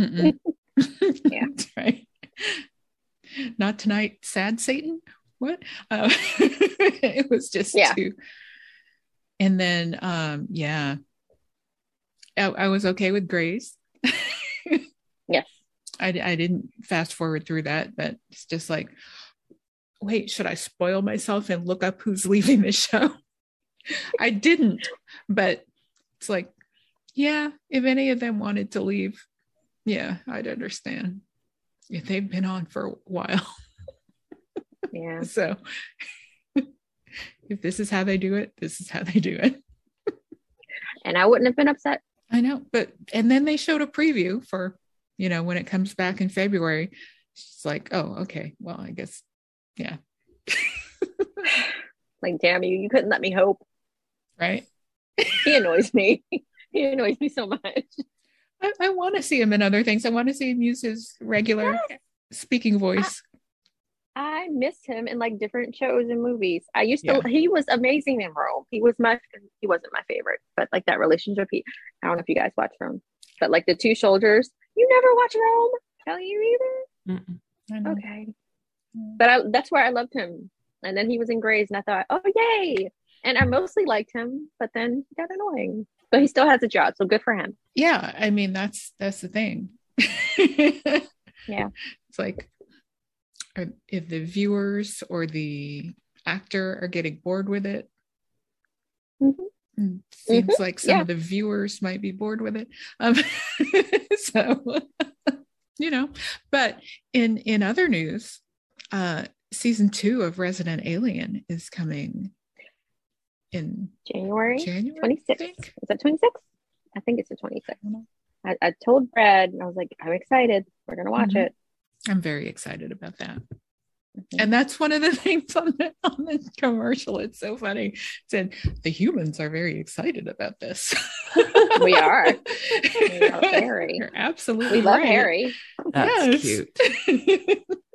Speaker 1: Mm-mm.
Speaker 3: Yeah.
Speaker 1: That's right. Not tonight, sad Satan. What? Uh, it was just
Speaker 3: Yeah.
Speaker 1: too. And then, um, yeah, I, I was okay with Grace.
Speaker 3: Yes.
Speaker 1: I, I didn't fast forward through that, but it's just like, wait, should I spoil myself and look up who's leaving the show? I didn't, but it's like, yeah, if any of them wanted to leave, yeah, I'd understand. If they've been on for a while,
Speaker 3: Yeah.
Speaker 1: so if this is how they do it, this is how they do it.
Speaker 3: And I wouldn't have been upset.
Speaker 1: I know, but and then they showed a preview for, you know, when it comes back in February. It's like, oh, okay, well, I guess,
Speaker 3: Like, damn you, you couldn't let me hope.
Speaker 1: right?
Speaker 3: He annoys me. he annoys me so much.
Speaker 1: I, I want to see him in other things. I want to see him use his regular
Speaker 3: Ah,
Speaker 1: speaking voice.
Speaker 3: I miss him in like different shows and movies. I used to. He was amazing in Rome. He was my. He wasn't my favorite, but like that relationship. He. I don't know if you guys watch Rome, but like the two soldiers. You never watch Rome. Tell you
Speaker 2: Mm-mm.
Speaker 1: I
Speaker 3: either.
Speaker 1: know.
Speaker 3: Okay, but I, that's where I loved him. And then he was in Grays, and I thought, oh yay! And I mostly liked him, but then he got annoying. But he still has a job, so good for him.
Speaker 1: yeah i mean that's that's the thing yeah it's like are- if the viewers or the actor are getting bored with it
Speaker 3: Mhm.
Speaker 1: mm, seems like some
Speaker 3: yeah.
Speaker 1: of the viewers might be bored with it um, so you know but in in other news uh season two of resident alien is coming in
Speaker 3: January is
Speaker 1: january
Speaker 3: 26th.
Speaker 1: I think.
Speaker 3: that twenty six? I think it's the twenty six.
Speaker 1: I don't know.
Speaker 3: I, I told Brad, and I was like, I'm excited. We're gonna watch
Speaker 1: Mhm.
Speaker 3: it.
Speaker 1: i'm very excited about that
Speaker 3: Mhm.
Speaker 1: And that's one of the things on the on the commercial. It's so funny. It said the humans are very excited about this.
Speaker 3: we are. We love
Speaker 1: You're
Speaker 3: Harry.
Speaker 1: absolutely
Speaker 3: We love
Speaker 1: right.
Speaker 3: Harry.
Speaker 1: Yes.
Speaker 2: That's cute.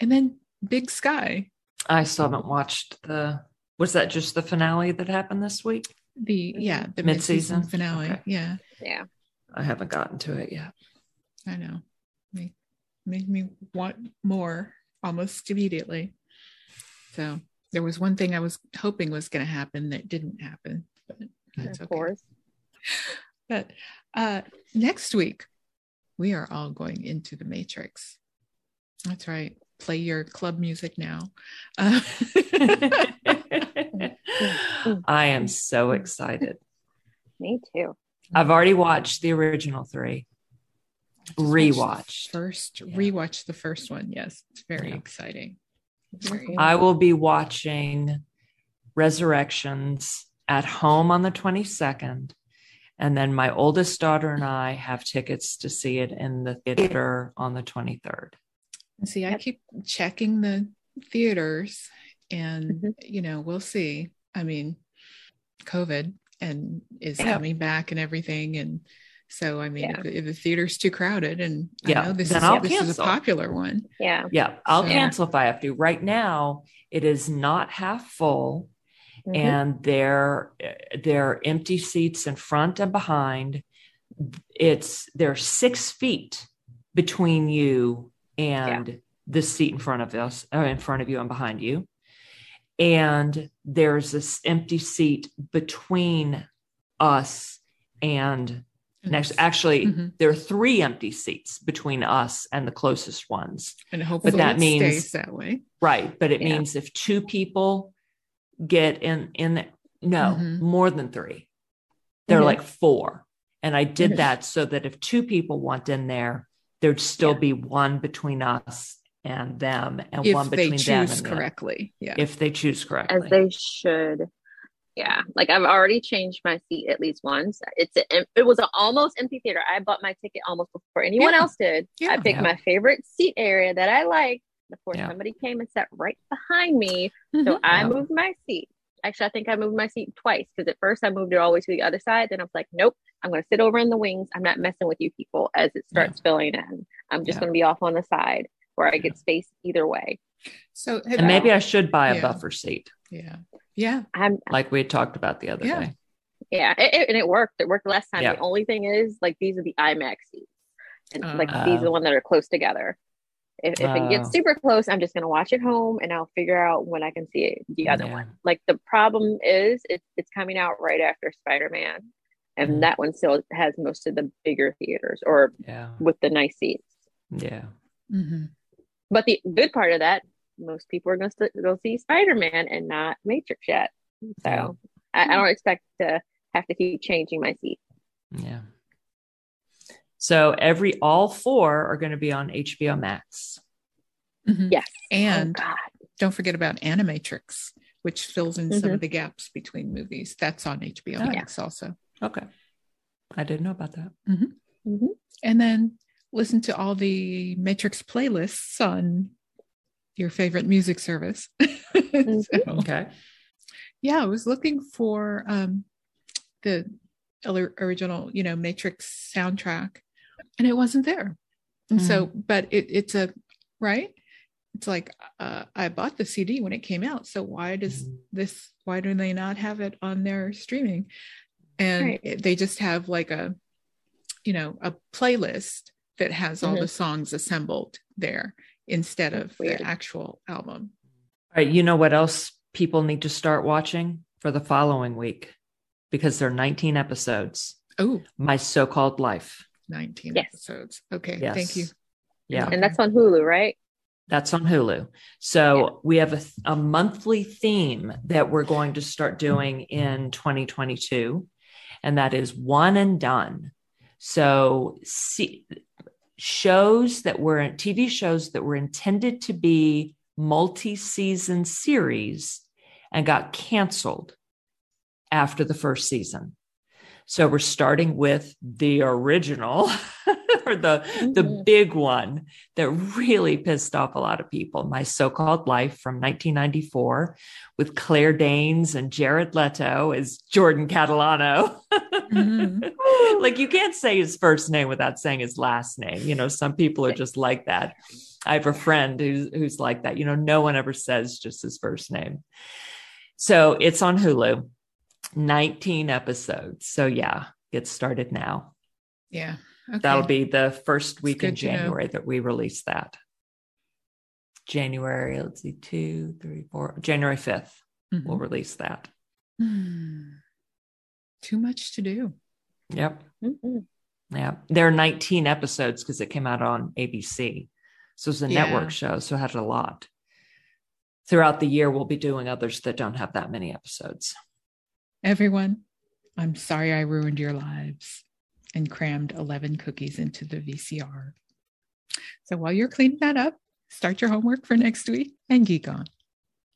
Speaker 1: and then Big Sky,
Speaker 2: I still haven't watched the. Was that just the finale that happened this week?
Speaker 1: the yeah,
Speaker 3: Mm-hmm.
Speaker 1: the
Speaker 2: Mid-season?
Speaker 1: mid-season finale.
Speaker 2: Okay.
Speaker 1: Yeah,
Speaker 3: Yeah.
Speaker 2: I haven't gotten to it yet.
Speaker 1: I know. Make made me want more almost immediately. So there was one thing I was hoping was going to happen that didn't happen, but that's
Speaker 3: of
Speaker 1: okay.
Speaker 3: course.
Speaker 1: But uh, next week, we are all going into the Matrix. That's right. Play your club music now. Uh,
Speaker 2: I am so excited.
Speaker 3: Me too.
Speaker 2: I've already watched the original three. Rewatched.
Speaker 1: First,
Speaker 2: Yeah.
Speaker 1: rewatch the first one. Yes, it's very
Speaker 2: Yeah.
Speaker 1: exciting. Very-
Speaker 2: I will be watching Resurrections at home on the 22nd. And then my oldest daughter and I have tickets to see it in the theater on the 23rd.
Speaker 1: See, I
Speaker 3: Yep.
Speaker 1: keep checking the theaters and,
Speaker 3: Mhm.
Speaker 1: you know, we'll see. I mean, COVID and is
Speaker 3: Yeah.
Speaker 1: coming back and everything. And so, I mean,
Speaker 3: Yeah.
Speaker 1: if, if the theater's too crowded and I
Speaker 2: Yeah,
Speaker 1: know this,
Speaker 2: then
Speaker 1: is,
Speaker 2: I'll
Speaker 1: this is a
Speaker 2: cancel.
Speaker 1: popular one.
Speaker 3: Yeah.
Speaker 2: Yeah, I'll
Speaker 1: So-
Speaker 2: cancel if I have to. Right now, it is not half full.
Speaker 3: Mhm.
Speaker 2: and there there are empty seats in front and behind it's there are six feet between you and the seat in front of us or in front of you and behind you and there's this empty seat between us and next actually
Speaker 1: Mhm.
Speaker 2: there are three empty seats between us and the closest ones
Speaker 1: And hopefully
Speaker 2: that
Speaker 1: it
Speaker 2: means-
Speaker 1: stays that way.
Speaker 2: Right. But it
Speaker 3: Yeah.
Speaker 2: means if two people get in in the, no,
Speaker 3: Mm-hmm.
Speaker 1: Mhm.
Speaker 2: more than three. They're
Speaker 3: Mhm.
Speaker 2: like four. And I did
Speaker 3: Mhm.
Speaker 2: that so that if two people want in there, there'd still
Speaker 3: Yeah.
Speaker 2: be one between us and them and one
Speaker 1: If they
Speaker 2: between them and
Speaker 1: choose
Speaker 2: them,
Speaker 1: correctly. Yeah.
Speaker 2: If they choose correctly.
Speaker 3: As they should. Yeah. Like I've already changed my seat at least once. It's a, it was an almost empty theater. I bought my ticket almost before anyone
Speaker 1: Yeah.
Speaker 3: else did.
Speaker 1: Yeah.
Speaker 3: I picked
Speaker 2: Yeah.
Speaker 3: my favorite seat area that I liked. Of course,
Speaker 2: Yeah.
Speaker 3: somebody came and sat right behind me, so
Speaker 1: Mhm.
Speaker 3: I
Speaker 2: Yeah.
Speaker 3: moved my seat. actually, I think I moved my seat twice because at first I moved it all the way to the other side. Then I was like, nope, I'm going to sit over in the wings. I'm not messing with you people as it starts filling in. I'm just
Speaker 2: Yeah.
Speaker 3: going to be off on the side where I get space either way.
Speaker 1: So
Speaker 2: And maybe
Speaker 1: I-
Speaker 2: I should buy a
Speaker 1: Yeah.
Speaker 2: buffer seat,
Speaker 1: yeah, yeah,
Speaker 3: I'm
Speaker 2: like we had talked about the other
Speaker 1: Yeah.
Speaker 2: day.
Speaker 3: yeah, it, it- and it worked. It worked last time.
Speaker 2: Yeah.
Speaker 3: The only thing is, like, these are the IMAX seats, and like these
Speaker 2: Oh.
Speaker 3: are the one that are close together. If, if it
Speaker 2: Oh.
Speaker 3: gets super close, I'm just gonna watch it home, and I'll figure out when I can see it, the other
Speaker 2: Yeah.
Speaker 3: one. Like the problem is, it's it's coming out right after Spider Man, and
Speaker 2: Mhm.
Speaker 3: that one still has most of the bigger theaters or
Speaker 2: Yeah.
Speaker 3: with the nice seats.
Speaker 2: Yeah.
Speaker 1: hmm
Speaker 3: But the good part of that, most people are going to go see Spider Man and not Matrix yet. So
Speaker 2: Yeah.
Speaker 3: I, I don't expect to have to keep changing my seat.
Speaker 2: Yeah. So every all four are going to be on HBO Max.
Speaker 1: hmm
Speaker 3: Yes.
Speaker 1: And
Speaker 3: oh, God.
Speaker 1: don't forget about Animatrix, which fills in
Speaker 3: Mm-hmm.
Speaker 1: some of the gaps between movies. That's on HBO
Speaker 2: Oh, yeah.
Speaker 1: Max also.
Speaker 2: Okay. I didn't know about that.
Speaker 3: Mhm.
Speaker 1: And then listen to all the Matrix playlists on your favorite music service. So,
Speaker 2: Okay.
Speaker 1: yeah, I was looking for um, the or- original, you know, Matrix soundtrack, and it wasn't there. And so, but it, it's a right. It's like uh, I bought the CD when it came out, so why does this why do they not have it on their streaming and
Speaker 3: Right.
Speaker 1: it- they just have like a you know a playlist that has all the songs assembled there instead
Speaker 3: That's
Speaker 1: of
Speaker 3: Mm-hmm. weird.
Speaker 1: the actual album
Speaker 2: All right. You know what else people need to start watching for the following week? Because there are 19 episodes.
Speaker 1: oh
Speaker 2: My so called life.
Speaker 1: 19
Speaker 3: Yes.
Speaker 1: episodes okay
Speaker 2: Yes.
Speaker 1: thank you
Speaker 2: Yeah.
Speaker 3: And that's on Hulu, right?
Speaker 2: That's on Hulu. So we have a, th- a monthly theme that we're going to start doing in 2022, and that is one and done. So see, shows that were TV shows that were intended to be multi season series and got canceled after the first season. So we're starting with the original or the the
Speaker 3: Mhm.
Speaker 2: big one that really pissed off a lot of people. My so-called life from 1994 with Claire Danes and Jared Leto as Jordan Catalano.
Speaker 1: Mhm.
Speaker 2: like you can't say his first name without saying his last name. You know, some people are just like that. I have a friend who's who's like that. You know, no one ever says just his first name. So it's on Hulu, 19 episodes. So yeah, get started now.
Speaker 1: yeah okay
Speaker 2: That'll be the first week in
Speaker 1: good to know.
Speaker 2: January that we release that. January, let's see, two, three, four, January 5th,
Speaker 1: Mhm.
Speaker 2: we'll release that.
Speaker 1: Hmm. too much to do
Speaker 2: Yep.
Speaker 3: Mhm.
Speaker 2: Yeah. There are 19 episodes because it came out on ABC. So it's a
Speaker 1: Yeah.
Speaker 2: network show. So it had a lot. Throughout the year, we'll be doing others that don't have that many episodes.
Speaker 1: everyone i'm sorry i ruined your lives and crammed 11 cookies into the vcr so while you're cleaning that up start your homework for next week and geek on